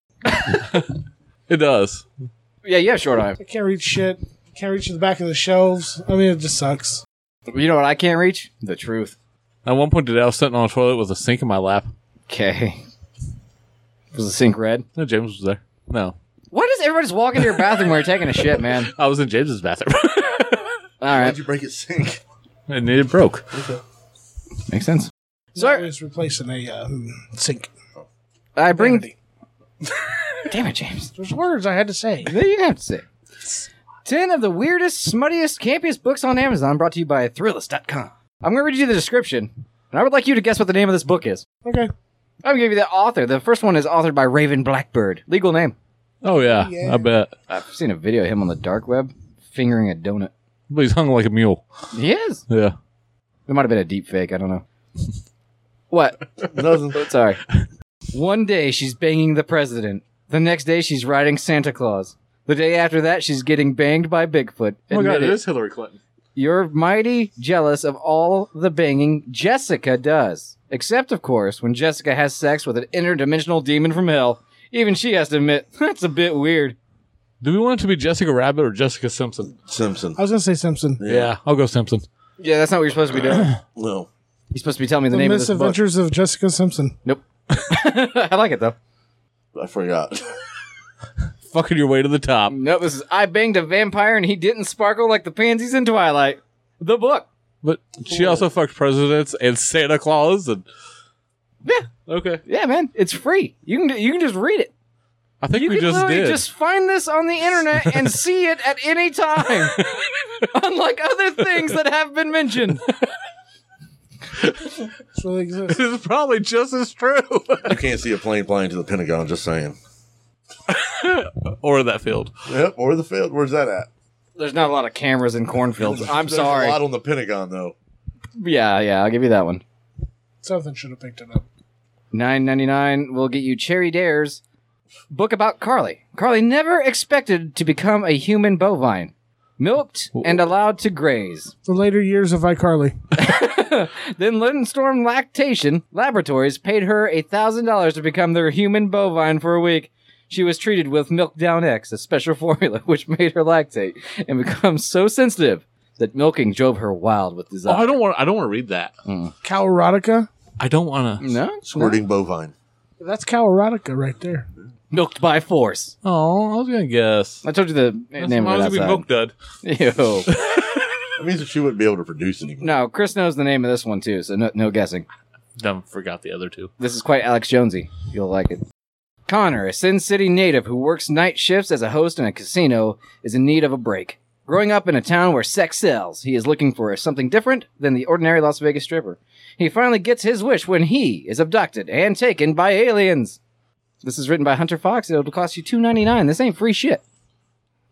[SPEAKER 2] It does.
[SPEAKER 3] Yeah, you have short eye.
[SPEAKER 1] I can't reach shit. Can't reach the back of the shelves. I mean, it just sucks.
[SPEAKER 3] You know what I can't reach? The truth.
[SPEAKER 2] At one point today, I was sitting on a toilet with a sink in my lap.
[SPEAKER 3] Okay. Was the sink red?
[SPEAKER 2] No, James was there. No,
[SPEAKER 3] Why does everybody just walk into your bathroom when you're taking a shit, man?
[SPEAKER 2] I was in James's bathroom,
[SPEAKER 3] All
[SPEAKER 4] Why'd
[SPEAKER 3] right,
[SPEAKER 4] you break its sink?
[SPEAKER 2] and it broke.
[SPEAKER 3] makes sense. So I-
[SPEAKER 1] It's replacing a uh, sink.
[SPEAKER 3] I bring. Damn it, James.
[SPEAKER 1] There's words I had to say.
[SPEAKER 3] There you have to say. 10 of the weirdest, smuttiest, campiest books on Amazon brought to you by Thrillist.com. I'm going to read you the description, and I would like you to guess what the name of this book is.
[SPEAKER 1] Okay.
[SPEAKER 3] I'm going to give you the author. The first one is authored by Raven Blackbird. Legal name.
[SPEAKER 2] Oh yeah, I bet.
[SPEAKER 3] I've seen a video of him on the dark web fingering a donut.
[SPEAKER 2] But he's hung like a mule.
[SPEAKER 3] He is.
[SPEAKER 2] Yeah.
[SPEAKER 3] It might have been a deep fake. I don't know. What?
[SPEAKER 4] Nothing.
[SPEAKER 3] Sorry. One day she's banging the president. The next day she's riding Santa Claus. The day after that she's getting banged by Bigfoot.
[SPEAKER 2] Oh
[SPEAKER 3] Admit it.
[SPEAKER 2] Hillary Clinton.
[SPEAKER 3] You're mighty jealous of all the banging Jessica does. Except, of course, when Jessica has sex with an interdimensional demon from hell. Even she has to admit, that's a bit weird.
[SPEAKER 2] Do we want it to be Jessica Rabbit or Jessica Simpson?
[SPEAKER 4] Simpson.
[SPEAKER 1] I was gonna say Simpson.
[SPEAKER 2] Yeah, I'll go Simpson.
[SPEAKER 3] Yeah, that's not what you're supposed to be doing. You're
[SPEAKER 4] No.
[SPEAKER 3] supposed to be telling me the,
[SPEAKER 1] The,
[SPEAKER 3] name of this book.
[SPEAKER 1] Misadventures of Jessica Simpson.
[SPEAKER 3] Nope. I like it, though.
[SPEAKER 4] I forgot.
[SPEAKER 2] Fucking your way to the top.
[SPEAKER 3] Nope, this is I Banged a Vampire and He Didn't Sparkle Like the Pansies in Twilight. The book.
[SPEAKER 2] But she also fucked presidents and Santa Claus and
[SPEAKER 3] Yeah.
[SPEAKER 2] okay.
[SPEAKER 3] Yeah, man. It's free. You can you can just read it.
[SPEAKER 2] I think
[SPEAKER 3] You
[SPEAKER 2] we
[SPEAKER 3] can
[SPEAKER 2] just
[SPEAKER 3] literally
[SPEAKER 2] did.
[SPEAKER 3] just find this on the internet and see it at any time. Unlike other things that have been mentioned.
[SPEAKER 1] It's really exists.
[SPEAKER 2] This is probably just as true.
[SPEAKER 4] you can't see a plane flying to the Pentagon, just saying.
[SPEAKER 2] or that field.
[SPEAKER 4] Yep, or the field. Where's that at?
[SPEAKER 3] There's not a lot of cameras in cornfields. I'm
[SPEAKER 4] There's a
[SPEAKER 3] sorry.
[SPEAKER 4] lot on the Pentagon, though.
[SPEAKER 3] Yeah, yeah, I'll give you that one.
[SPEAKER 1] Something should have picked it up.
[SPEAKER 3] Nine ninety nine will get you Cherry Dares book about Carly. Carly never expected to become a human bovine. Milked and allowed to graze.
[SPEAKER 1] The later years of iCarly.
[SPEAKER 3] Then Lindenstorm Lactation Laboratories paid her $1,000 to become their human bovine for a week. She was treated with Milk Down X, a special formula which made her lactate and become so sensitive that milking drove her wild with
[SPEAKER 2] Oh,
[SPEAKER 3] desire.
[SPEAKER 2] I don't want. I don't want to read that.
[SPEAKER 1] Cal erotica.
[SPEAKER 2] I don't want to.
[SPEAKER 3] No?
[SPEAKER 4] Squirting bovine.
[SPEAKER 1] That's Cal erotica right there.
[SPEAKER 3] Milked by force.
[SPEAKER 2] Oh, I was gonna guess.
[SPEAKER 3] I told you the name
[SPEAKER 2] Mine's gonna
[SPEAKER 3] of
[SPEAKER 2] be milk
[SPEAKER 3] it
[SPEAKER 2] dud.
[SPEAKER 3] outside. Ew.
[SPEAKER 4] That means that she wouldn't be able to produce anymore.
[SPEAKER 3] no, Chris knows the name of this one too, so no, no guessing.
[SPEAKER 2] Dumb. Forgot the other two.
[SPEAKER 3] This is quite Alex Jonesy. You'll like it. Connor, a Sin City native who works night shifts as a host in a casino, is in need of a break. Growing up in a town where sex sells, he is looking for something different than the ordinary Las Vegas stripper. He finally gets his wish when he is abducted and taken by aliens. This is written by Hunter Fox. It'll cost you two ninety nine. This ain't free shit.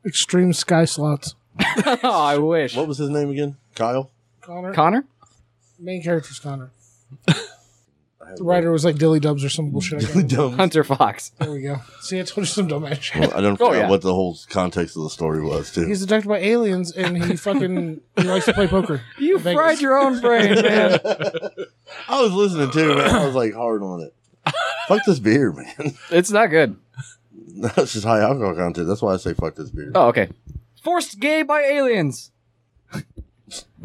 [SPEAKER 1] Extreme sky slots.
[SPEAKER 3] oh, I wish.
[SPEAKER 4] What was his name again? Kyle?
[SPEAKER 1] Connor.
[SPEAKER 3] Connor,
[SPEAKER 1] Main character's Connor. the writer was like Dilly Dubs or some bullshit. I got.
[SPEAKER 4] Dumb.
[SPEAKER 3] Hunter Fox.
[SPEAKER 1] there we go. See, I told you some dumb ass shit.
[SPEAKER 4] I don't know
[SPEAKER 3] Oh, yeah.
[SPEAKER 4] what the whole context of the story was, too.
[SPEAKER 1] He's abducted by aliens and he fucking he likes to play poker.
[SPEAKER 3] You
[SPEAKER 1] Vegas.
[SPEAKER 3] fried your own brain, man.
[SPEAKER 4] I was listening to it, man. I was like hard on it. Fuck this beer, man.
[SPEAKER 3] it's not good.
[SPEAKER 4] That's just high alcohol content. That's why I say fuck this beer.
[SPEAKER 3] Oh, okay. Forced gay by aliens.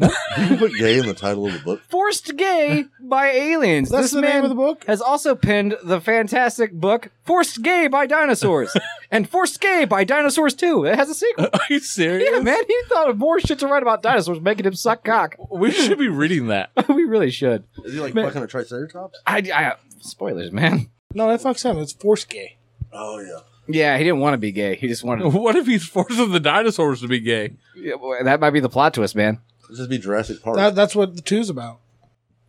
[SPEAKER 4] You put gay in the title of the book.
[SPEAKER 3] Forced Gay by Aliens.
[SPEAKER 1] That's
[SPEAKER 3] this
[SPEAKER 1] the
[SPEAKER 3] man
[SPEAKER 1] name of the book?
[SPEAKER 3] has also penned the fantastic book Forced Gay by Dinosaurs and Forced Gay by Dinosaurs 2. It has a
[SPEAKER 1] Uh,
[SPEAKER 3] sequel.
[SPEAKER 2] Are you serious?
[SPEAKER 3] Yeah, man, he thought of more shit to write about dinosaurs, making him suck cock.
[SPEAKER 2] We should be reading that.
[SPEAKER 3] we really should.
[SPEAKER 4] Is he like
[SPEAKER 3] Man.
[SPEAKER 4] fucking a triceratops?
[SPEAKER 3] I, I spoilers, man.
[SPEAKER 1] No, that fucks him. It's force gay.
[SPEAKER 4] Oh yeah.
[SPEAKER 3] Yeah, he didn't want to be gay. He just wanted.
[SPEAKER 2] What if he's forcing the dinosaurs to be gay?
[SPEAKER 3] Yeah, boy, that might be the plot twist, man.
[SPEAKER 4] It'd just be Jurassic Park.
[SPEAKER 1] That, that's what the two's about.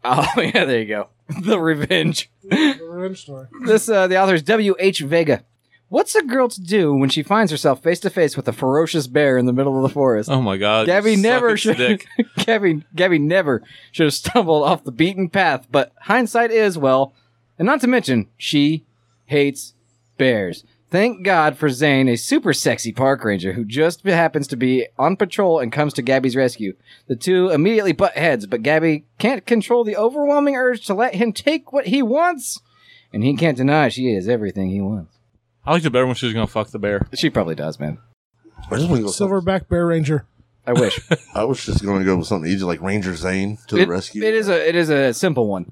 [SPEAKER 3] Oh yeah, there you go. The revenge.
[SPEAKER 1] The revenge story.
[SPEAKER 3] this uh, the author is W. H. Vega. What's a girl to do when she finds herself face to face with a ferocious bear in the middle of the forest?
[SPEAKER 2] Oh my god.
[SPEAKER 3] Gabby
[SPEAKER 2] suck
[SPEAKER 3] never
[SPEAKER 2] its
[SPEAKER 3] should.
[SPEAKER 2] dick.
[SPEAKER 3] Gabby, Gabby never should have stumbled off the beaten path. But hindsight is well, and not to mention she hates bears. Thank God for Zane, a super sexy park ranger who just happens to be on patrol and comes to Gabby's rescue. The two immediately butt heads, but Gabby can't control the overwhelming urge to let him take what he wants, and he can't deny she is everything he wants.
[SPEAKER 2] I liked it better when she was gonna fuck the bear.
[SPEAKER 3] She probably does, man.
[SPEAKER 4] I just want to go. Silver.
[SPEAKER 1] Silverback Bear Ranger.
[SPEAKER 3] I wish
[SPEAKER 4] I was just going to go with something easy like Ranger Zane to
[SPEAKER 3] it,
[SPEAKER 4] the rescue.
[SPEAKER 3] It is a it is a simple one.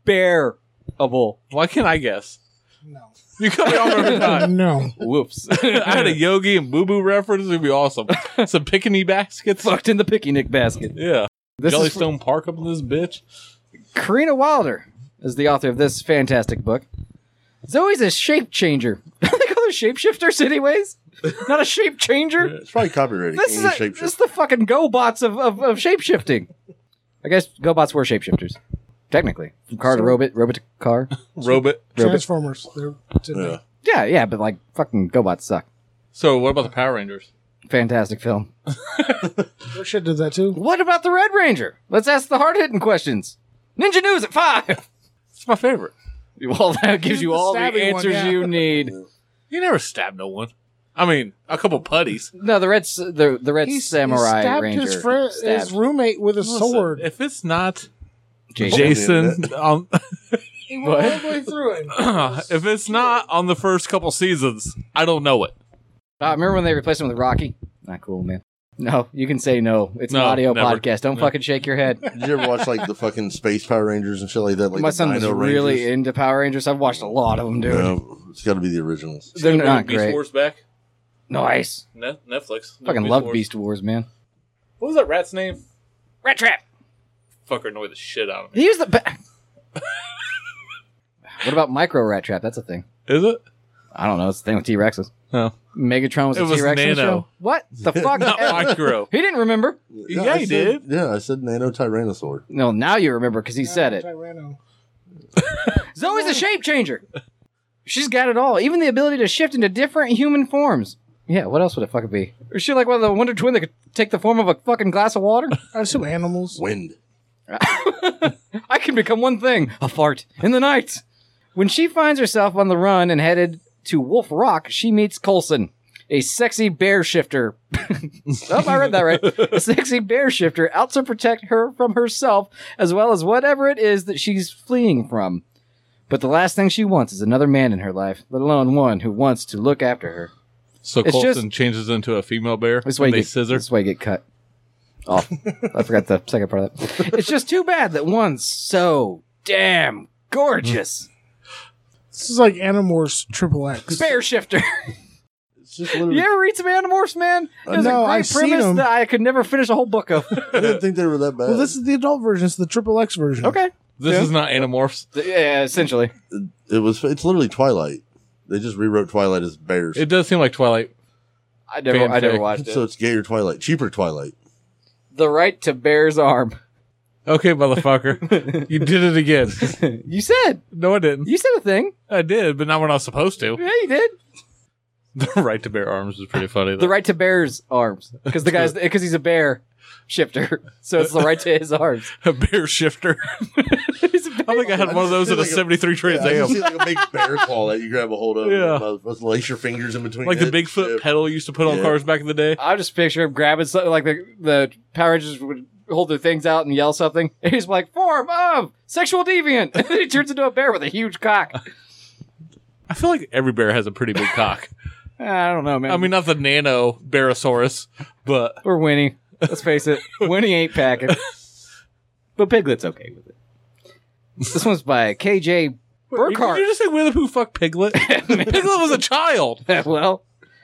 [SPEAKER 3] Unbearable.
[SPEAKER 2] Why can't I guess?
[SPEAKER 1] No.
[SPEAKER 2] You cut me off every time.
[SPEAKER 1] No.
[SPEAKER 3] Whoops.
[SPEAKER 2] I had a Yogi and Boo Boo reference. It'd be awesome. Some pickney baskets.
[SPEAKER 3] Fucked in the picnic basket.
[SPEAKER 2] Yeah.
[SPEAKER 3] This is
[SPEAKER 2] Jellystone Park up in this bitch.
[SPEAKER 3] Karina Wilder is the author of this fantastic book. Zoe's a shape changer. they call them shapeshifters, anyways. Not a shape changer.
[SPEAKER 4] it's probably copyrighted.
[SPEAKER 3] This is,
[SPEAKER 4] Any
[SPEAKER 3] a,
[SPEAKER 4] shape
[SPEAKER 3] this is the fucking GoBots of, of, of shapeshifting. I guess GoBots were shapeshifters, technically. From car to robot, robot to car.
[SPEAKER 2] Robot.
[SPEAKER 1] Transformers. They're
[SPEAKER 4] Yeah.
[SPEAKER 3] Yeah, yeah, but like fucking GoBots suck.
[SPEAKER 2] So what about the Power Rangers?
[SPEAKER 3] Fantastic film.
[SPEAKER 1] Their shit did that too.
[SPEAKER 3] What about the Red Ranger? Let's ask the hard hitting questions. Ninja News at five.
[SPEAKER 2] It's my favorite.
[SPEAKER 3] Well, that gives you
[SPEAKER 1] the
[SPEAKER 3] all the
[SPEAKER 1] stabby one,
[SPEAKER 3] answers
[SPEAKER 1] yeah.
[SPEAKER 3] you need.
[SPEAKER 2] You never stab no one. I mean, a couple putties.
[SPEAKER 3] No, the red s- the the red
[SPEAKER 1] He-
[SPEAKER 3] samurai
[SPEAKER 1] he stabbed
[SPEAKER 3] ranger.
[SPEAKER 1] his friend,
[SPEAKER 3] stabbed
[SPEAKER 1] his roommate with a sword.
[SPEAKER 2] If it's not
[SPEAKER 3] Jason.
[SPEAKER 2] Jason, um,
[SPEAKER 1] He went all the way through him.
[SPEAKER 2] if it's not on the first couple seasons, I don't know it.
[SPEAKER 3] Uh, remember when they replaced him with Rocky? Not cool, man. No, you can say no. It's an
[SPEAKER 2] No,
[SPEAKER 3] audio
[SPEAKER 2] never.
[SPEAKER 3] podcast. Don't fucking shake your head.
[SPEAKER 4] Did you ever watch like the fucking Space Power Rangers and shit like that? Like
[SPEAKER 3] My
[SPEAKER 4] the
[SPEAKER 3] son was
[SPEAKER 4] Dino
[SPEAKER 3] really
[SPEAKER 4] Rangers?
[SPEAKER 3] into Power Rangers. I've watched a lot of them, dude.
[SPEAKER 4] No, it's got to be the originals.
[SPEAKER 3] They're not
[SPEAKER 2] Beast
[SPEAKER 3] great.
[SPEAKER 2] Wars back.
[SPEAKER 3] Nice.
[SPEAKER 2] Ne- Netflix.
[SPEAKER 3] Fucking
[SPEAKER 2] Beast
[SPEAKER 3] love
[SPEAKER 2] Wars.
[SPEAKER 3] Beast Wars, man.
[SPEAKER 2] What was that rat's name?
[SPEAKER 3] Rat Trap.
[SPEAKER 2] Fucker annoyed the shit out of me.
[SPEAKER 3] He was the ba- What about Micro Rat Trap? That's a thing.
[SPEAKER 2] Is it?
[SPEAKER 3] I don't know. It's the thing with T Rexes.
[SPEAKER 2] No.
[SPEAKER 3] Megatron was
[SPEAKER 2] It
[SPEAKER 3] a
[SPEAKER 2] was
[SPEAKER 3] T Rex in the
[SPEAKER 2] Nano.
[SPEAKER 3] show. What the fuck?
[SPEAKER 2] Not micro.
[SPEAKER 3] he didn't remember.
[SPEAKER 2] Yeah,
[SPEAKER 4] I
[SPEAKER 2] he
[SPEAKER 4] said-
[SPEAKER 2] did.
[SPEAKER 4] Yeah, I said Nano Tyrannosaur.
[SPEAKER 3] No, now you remember because he said it.
[SPEAKER 1] Tyranno.
[SPEAKER 3] Zoe's a shape changer. She's got it all, even the ability to shift into different human forms. Yeah, what else would it fucking be? Is she like one of the Wonder Twin that could take the form of a fucking glass of water?
[SPEAKER 1] I assume animals.
[SPEAKER 4] Wind.
[SPEAKER 3] I can become one thing a fart in the night. When she finds herself on the run and headed to Wolf Rock, she meets Colson, a sexy bear shifter. oh, I read that right. A sexy bear shifter out to protect her from herself as well as whatever it is that she's fleeing from. But the last thing she wants is another man in her life, let alone one who wants to look after her.
[SPEAKER 2] So
[SPEAKER 3] It's
[SPEAKER 2] Colson
[SPEAKER 3] just-
[SPEAKER 2] changes into a female bear.
[SPEAKER 3] This way
[SPEAKER 2] and
[SPEAKER 3] you
[SPEAKER 2] they
[SPEAKER 3] get,
[SPEAKER 2] scissor.
[SPEAKER 3] This way you get cut. Off. I forgot the second part of that. It's just too bad that one's so damn gorgeous.
[SPEAKER 1] This is like Animorphs Triple X.
[SPEAKER 3] Bear shifter.
[SPEAKER 4] It's just
[SPEAKER 3] you
[SPEAKER 4] literally.
[SPEAKER 3] ever read some Animorphs, man? It was
[SPEAKER 1] No,
[SPEAKER 3] a great
[SPEAKER 1] I've seen
[SPEAKER 3] premise
[SPEAKER 1] 'em.
[SPEAKER 3] that I could never finish a whole book of.
[SPEAKER 4] I didn't think they were that bad.
[SPEAKER 1] Well, this is the adult version. It's the Triple X version.
[SPEAKER 3] okay.
[SPEAKER 2] This
[SPEAKER 3] Yeah.
[SPEAKER 2] is not Animorphs.
[SPEAKER 3] Th- Yeah, essentially.
[SPEAKER 4] it was. It's literally Twilight. They just rewrote Twilight as bears.
[SPEAKER 2] It does seem like Twilight.
[SPEAKER 3] I never, I never
[SPEAKER 2] Fanfic.
[SPEAKER 3] watched it.
[SPEAKER 4] so it's gayer Twilight, cheaper Twilight.
[SPEAKER 3] the right to bear's arm.
[SPEAKER 2] Okay, motherfucker, you did it again.
[SPEAKER 3] You said.
[SPEAKER 2] No, I didn't.
[SPEAKER 3] You said a thing.
[SPEAKER 2] I did, but not when I was supposed to.
[SPEAKER 3] Yeah, you did.
[SPEAKER 2] The right to bear arms is pretty funny. Though.
[SPEAKER 3] The right to bear's arms. Because the guy's, because he's a bear shifter. So it's the right to his arms.
[SPEAKER 2] a bear shifter.
[SPEAKER 3] He's a
[SPEAKER 2] I
[SPEAKER 3] bear.
[SPEAKER 2] think I had one of those
[SPEAKER 4] It's
[SPEAKER 2] at a
[SPEAKER 4] like a-
[SPEAKER 2] '73 Trans
[SPEAKER 4] Yeah, I can
[SPEAKER 2] Am.
[SPEAKER 4] see like a big bear claw that you grab a hold of.
[SPEAKER 2] Yeah.
[SPEAKER 4] and motherfuckers lace your fingers in between.
[SPEAKER 2] Like the
[SPEAKER 4] it.
[SPEAKER 2] Bigfoot
[SPEAKER 4] Yeah.
[SPEAKER 2] pedal you used to put on
[SPEAKER 4] Yeah.
[SPEAKER 2] cars back in the day.
[SPEAKER 3] I just picture him grabbing something like the, the Power Rangers would hold their things out and yell something. And he's like, form of sexual deviant. And he turns into a bear with a huge cock.
[SPEAKER 2] I feel like every bear has a pretty big cock.
[SPEAKER 3] I don't know, man.
[SPEAKER 2] I mean, not the nano Barosaurus, but
[SPEAKER 3] or Winnie. Let's face it, Winnie ain't packing. But Piglet's okay with it. This one's by KJ
[SPEAKER 2] Did you
[SPEAKER 3] Burkhart.
[SPEAKER 2] just say Winnie the Pooh fuck Piglet? Piglet was a child.
[SPEAKER 3] well,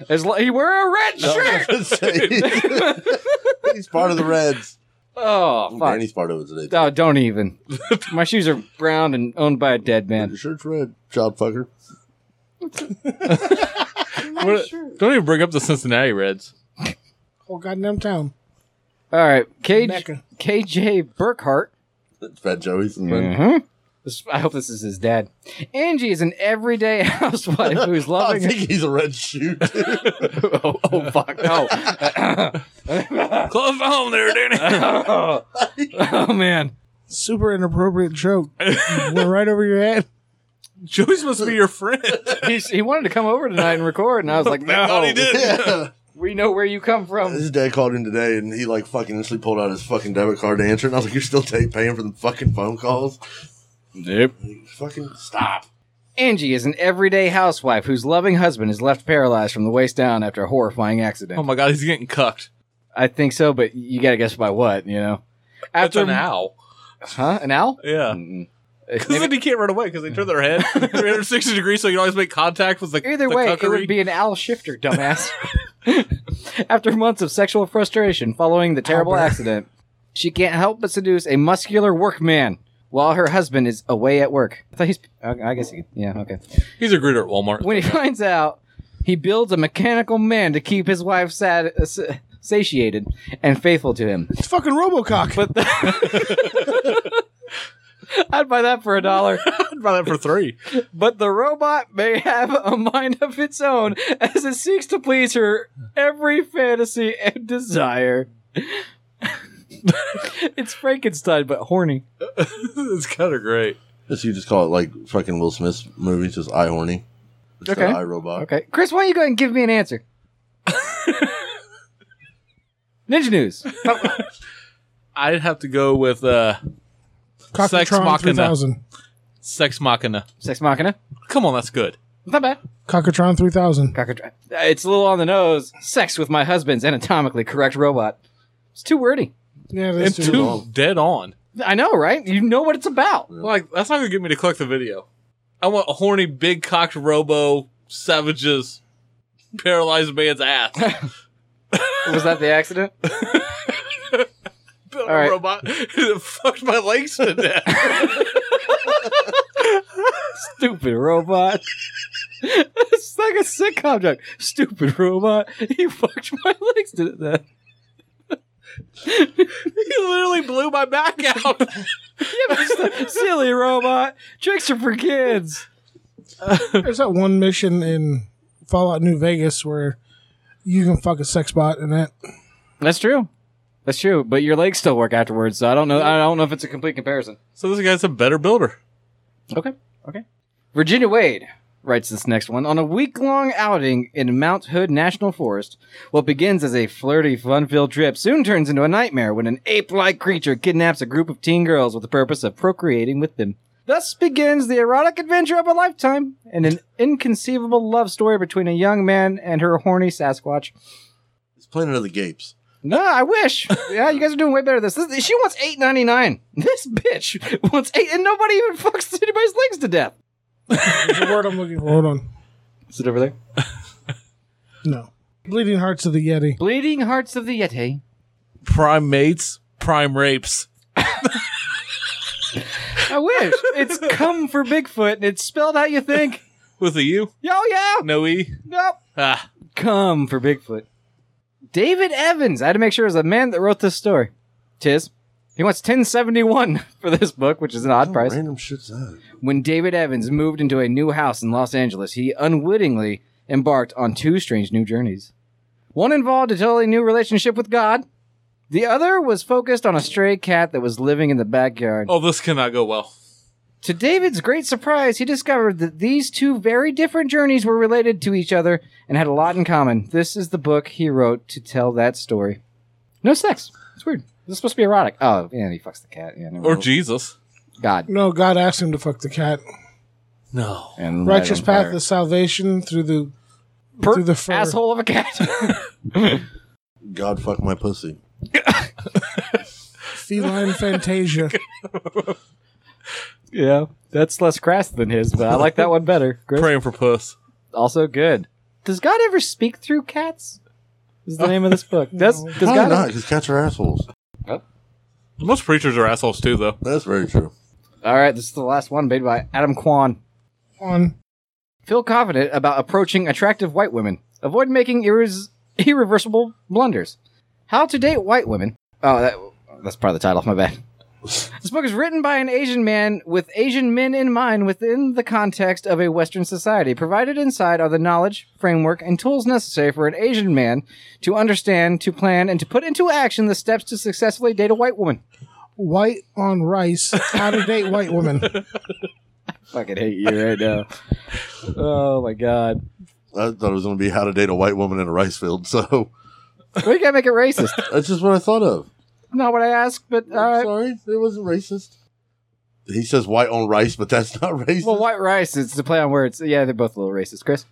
[SPEAKER 3] as lo- he wear a red
[SPEAKER 4] No, I
[SPEAKER 3] shirt.
[SPEAKER 4] was gonna say- He's part of the Reds.
[SPEAKER 3] Oh,
[SPEAKER 4] Ooh,
[SPEAKER 3] fuck.
[SPEAKER 4] Danny's part of it today.
[SPEAKER 3] Oh, don't even. My shoes are brown and owned by a dead man.
[SPEAKER 4] Your shirt's red, child fucker.
[SPEAKER 2] What- don't even bring up the Cincinnati Reds.
[SPEAKER 1] Whole goddamn town.
[SPEAKER 3] All right, KJ,
[SPEAKER 1] Mecca.
[SPEAKER 3] KJ Burkhart
[SPEAKER 4] That's Fat Joey's. And then
[SPEAKER 3] Mm-hmm. I hope this is his dad. Angie is an everyday housewife
[SPEAKER 2] Oh,
[SPEAKER 3] who's
[SPEAKER 4] I
[SPEAKER 3] loving.
[SPEAKER 4] think he's a red shoe. too.
[SPEAKER 3] oh, oh, fuck! No.
[SPEAKER 2] Close to home there, Danny.
[SPEAKER 3] oh man.
[SPEAKER 1] Super inappropriate joke. Went right over your head.
[SPEAKER 2] Joey's supposed to be your friend.
[SPEAKER 3] He's, he wanted to come over tonight and record, and I was like,
[SPEAKER 2] God
[SPEAKER 3] "No,
[SPEAKER 2] he did.
[SPEAKER 4] yeah.
[SPEAKER 3] we know where you come from."
[SPEAKER 4] His dad called in today, and he like fucking instantly pulled out his fucking debit card to answer, and I was like, "You're still ta- paying for the fucking phone calls?
[SPEAKER 3] Nope.
[SPEAKER 4] Fucking stop!"
[SPEAKER 3] Angie is an everyday housewife whose loving husband is left paralyzed from the waist down after a horrifying accident.
[SPEAKER 2] Oh my god, he's getting cucked.
[SPEAKER 3] I think so, but you gotta guess by what, you know?
[SPEAKER 2] That's an owl.
[SPEAKER 3] Huh? An owl? Uh,
[SPEAKER 2] Yeah.
[SPEAKER 1] Mm.
[SPEAKER 3] Mm-mm.
[SPEAKER 2] Because then he can't run away because they turn their head 360 degrees, so you can always make contact with the
[SPEAKER 3] Either
[SPEAKER 2] the
[SPEAKER 3] way, it
[SPEAKER 2] cuckery.
[SPEAKER 3] would be an owl shifter, dumbass. After months of sexual frustration following the terrible
[SPEAKER 1] Albert.
[SPEAKER 3] accident, she can't help but seduce a muscular workman while her husband is away at work. I thought he's. okay, I guess he. Yeah, okay.
[SPEAKER 2] He's a greeter at Walmart.
[SPEAKER 3] When he finds out, he builds a mechanical man to keep his wife sat- uh, sa- satiated and faithful to him.
[SPEAKER 1] It's fucking Robocock.
[SPEAKER 3] But I'd buy that for a dollar.
[SPEAKER 2] I'd buy that for three.
[SPEAKER 3] But the robot may have a mind of its own as it seeks to please her every fantasy and desire. it's Frankenstein, but horny.
[SPEAKER 2] it's kind of great.
[SPEAKER 4] Just you just call it like fucking Will Smith's movies, just eye horny. Instead
[SPEAKER 3] Okay.
[SPEAKER 4] Of eye robot.
[SPEAKER 3] Okay. Chris, why don't you go ahead and give me an answer? Ninja News.
[SPEAKER 2] I'd have to go with uh, Sex
[SPEAKER 1] Cockatron
[SPEAKER 2] Machina.
[SPEAKER 1] 3000.
[SPEAKER 2] Sex Machina.
[SPEAKER 3] Sex Machina.
[SPEAKER 2] Come on, that's good.
[SPEAKER 3] Not bad.
[SPEAKER 1] Cockatron 3000.
[SPEAKER 3] Cockatoo. Uh, It's a little on the nose. Sex with my husband's anatomically correct robot. It's too wordy.
[SPEAKER 1] Yeah, that's
[SPEAKER 2] and
[SPEAKER 1] too.
[SPEAKER 2] two
[SPEAKER 4] long.
[SPEAKER 2] dead on.
[SPEAKER 3] I know, right? You know what it's about.
[SPEAKER 2] Like that's not gonna get me to click the video. I want a horny, big cocked robo savages paralyzed man's ass.
[SPEAKER 3] Was that the accident?
[SPEAKER 2] Built a
[SPEAKER 3] right.
[SPEAKER 2] robot that fucked my legs to death.
[SPEAKER 3] Stupid robot. it's like a sitcom joke. Stupid robot. He fucked my legs to death.
[SPEAKER 2] he literally blew my back out.
[SPEAKER 3] Yeah, but it's the silly robot. Tricks are for kids.
[SPEAKER 1] There's that one mission in Fallout New Vegas where you can fuck a sex bot and that.
[SPEAKER 3] That's true. That's true. But your legs still work afterwards, so I don't know. I don't know if it's a complete comparison.
[SPEAKER 2] so this guy's a better builder.
[SPEAKER 3] Okay. Okay. Virginia Wade writes this next one on a week-long outing in Mount Hood National Forest. What begins as a flirty, fun-filled trip soon turns into a nightmare when an ape-like creature kidnaps a group of teen girls with the purpose of procreating with them. Thus begins the erotic adventure of a lifetime and an inconceivable love story between a young man and her horny Sasquatch.
[SPEAKER 4] It's Planet of the Gapes.
[SPEAKER 3] No, I wish. Yeah, you guys are doing way better. Than this. this she wants eight ninety nine. This bitch wants eight, and nobody even fucks anybody's legs to death.
[SPEAKER 1] There's a word I'm looking for. Hold on.
[SPEAKER 3] Is it over there?
[SPEAKER 1] No. Bleeding Hearts of the Yeti.
[SPEAKER 3] Bleeding Hearts of the Yeti.
[SPEAKER 2] Prime mates, prime rapes.
[SPEAKER 3] I wish. it's come for Bigfoot and it's spelled out you think.
[SPEAKER 2] With a U?
[SPEAKER 3] Yo, yeah.
[SPEAKER 2] No E?
[SPEAKER 3] Nope.
[SPEAKER 2] Ah.
[SPEAKER 3] Come for Bigfoot. David Evans. I had to make sure it was the man that wrote this story. Tis. He wants 1071 for this book, which is an
[SPEAKER 4] Oh,
[SPEAKER 3] odd price.
[SPEAKER 4] Random shit's that.
[SPEAKER 3] When David Evans moved into a new house in Los Angeles, he unwittingly embarked on two strange new journeys. One involved a totally new relationship with God. The other was focused on a stray cat that was living in the backyard.
[SPEAKER 2] Oh, this cannot go well.
[SPEAKER 3] To David's great surprise, he discovered that these two very different journeys were related to each other and had a lot in common. This is the book he wrote to tell that story. No sex. It's weird. This is supposed to be erotic. Oh, yeah, he fucks the cat. Yeah, never
[SPEAKER 2] Or
[SPEAKER 3] mind.
[SPEAKER 2] Jesus.
[SPEAKER 3] God.
[SPEAKER 1] No, God asked him to fuck the cat.
[SPEAKER 2] No.
[SPEAKER 3] And light
[SPEAKER 1] Righteous
[SPEAKER 3] on
[SPEAKER 1] path
[SPEAKER 3] fire.
[SPEAKER 1] of salvation through the
[SPEAKER 3] Perk
[SPEAKER 1] through the fur.
[SPEAKER 3] asshole of a cat.
[SPEAKER 4] God fuck my pussy.
[SPEAKER 1] feline fantasia.
[SPEAKER 3] yeah, that's less crass than his, but I like that one better. Chris?
[SPEAKER 2] Praying for puss.
[SPEAKER 3] Also good. Does God ever speak through cats? Is the name of this book? Does, does
[SPEAKER 4] Probably
[SPEAKER 3] God?
[SPEAKER 4] not, because cats are assholes.
[SPEAKER 2] Most preachers are assholes too, though.
[SPEAKER 4] That's very true.
[SPEAKER 3] All right, this is the last one made by Adam Kwan.
[SPEAKER 1] on.
[SPEAKER 3] Feel confident about approaching attractive white women. Avoid making irres- irreversible blunders. How to date white women. Oh, that, that's part of the title. My bad. This book is written by an Asian man with Asian men in mind within the context of a Western society. Provided inside are the knowledge, framework, and tools necessary for an Asian man to understand, to plan, and to put into action the steps to successfully date a white woman.
[SPEAKER 1] White on rice. How to date white women.
[SPEAKER 3] Fucking hate you right now. oh my god.
[SPEAKER 4] I thought it was going to be how to date a white woman in a rice field. So
[SPEAKER 3] We gotta make it racist.
[SPEAKER 4] that's just what I thought of.
[SPEAKER 3] Not what I asked, but uh, all
[SPEAKER 4] I'm
[SPEAKER 3] right.
[SPEAKER 4] sorry, it wasn't racist. he says white on rice, but that's not racist.
[SPEAKER 3] Well, white rice is to play on words. Yeah, they're both a little racist, Chris.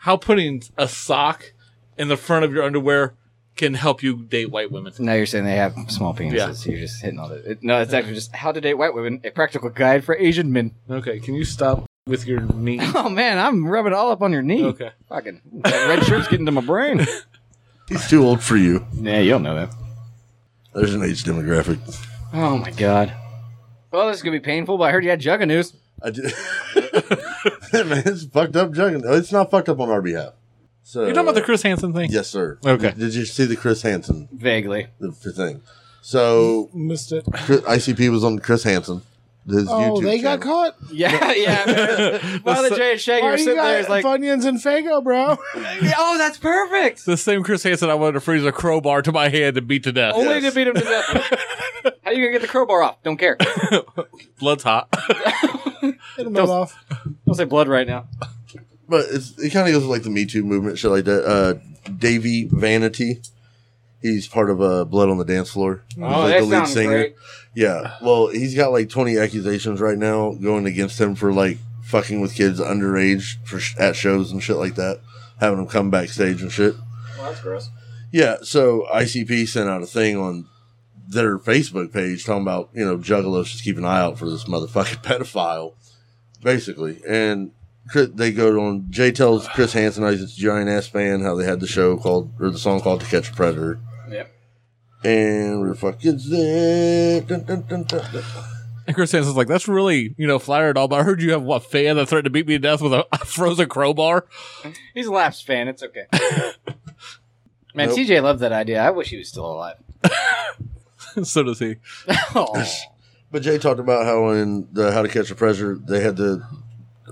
[SPEAKER 2] How putting a sock in the front of your underwear can help you date white women.
[SPEAKER 3] Now you're saying they have small penises. You're just hitting all the. It, no, it's actually just how to date white women, a practical guide for Asian men.
[SPEAKER 2] Okay, can you stop with your knee?
[SPEAKER 3] Oh man, I'm rubbing all up on your knee.
[SPEAKER 2] Okay.
[SPEAKER 3] Fucking that red shirt's getting to my brain.
[SPEAKER 4] He's too old for you.
[SPEAKER 3] yeah, you don't know that.
[SPEAKER 4] There's an age demographic.
[SPEAKER 3] Oh my god. Well, this is gonna be painful, but I heard you had Jugga news.
[SPEAKER 4] I did. Man, it's fucked up jugging. It's not fucked up on our behalf. So
[SPEAKER 2] You're talking about the Chris Hansen thing?
[SPEAKER 4] Yes, sir.
[SPEAKER 2] Okay.
[SPEAKER 4] Did you see the Chris Hansen
[SPEAKER 3] Vaguely.
[SPEAKER 4] the, the thing? So
[SPEAKER 1] Missed it.
[SPEAKER 4] Chris, ICP was on Chris Hansen. His
[SPEAKER 1] Oh,
[SPEAKER 4] YouTube
[SPEAKER 1] they got
[SPEAKER 4] channel.
[SPEAKER 1] caught.
[SPEAKER 3] Yeah, yeah. While the Jay and Shaggy
[SPEAKER 1] Why
[SPEAKER 3] are
[SPEAKER 1] do you
[SPEAKER 3] sitting there,
[SPEAKER 1] got
[SPEAKER 3] it's like,
[SPEAKER 1] Funyuns and Fago, bro?
[SPEAKER 3] oh, that's perfect.
[SPEAKER 2] The same Chris Hansen I wanted to freeze a crowbar to my hand and beat to death.
[SPEAKER 3] Only to beat him to death. How you gonna get the crowbar off? Don't care.
[SPEAKER 2] Blood's hot.
[SPEAKER 1] Hit 'em all off.
[SPEAKER 3] Don't say blood right now.
[SPEAKER 4] But it's, it kind of goes with like the Me Too movement, shit like that. Uh, Davey Vanity, he's part of uh, Blood on the Dance Floor. He's
[SPEAKER 3] Oh, that sounds great.
[SPEAKER 4] Yeah. Well, he's got like 20 accusations right now going against him for like fucking with kids underage for sh- at shows and shit like that, having them come backstage and shit.
[SPEAKER 3] Well, that's gross.
[SPEAKER 4] Yeah. So ICP sent out a thing on their Facebook page talking about, you know, juggalos just keep an eye out for this motherfucking pedophile, basically. And Chris, they go on, Jay tells Chris Hansen, how he's a giant ass fan, how they had the show called, or the song called To Catch a Predator.
[SPEAKER 3] Yep.
[SPEAKER 4] And where the fuck is that? Dun, dun, dun, dun, dun.
[SPEAKER 2] And Chris Hansen's like, that's really, you know, flattering and all, but I heard you have what fan that threatened to beat me to death with a, a frozen crowbar.
[SPEAKER 3] He's a Laps fan. It's okay. Man,
[SPEAKER 4] Nope.
[SPEAKER 3] TJ loved that idea. I wish he was still alive.
[SPEAKER 2] so does he.
[SPEAKER 3] Oh,
[SPEAKER 4] But Jay talked about how in the How to Catch a Predator, they had the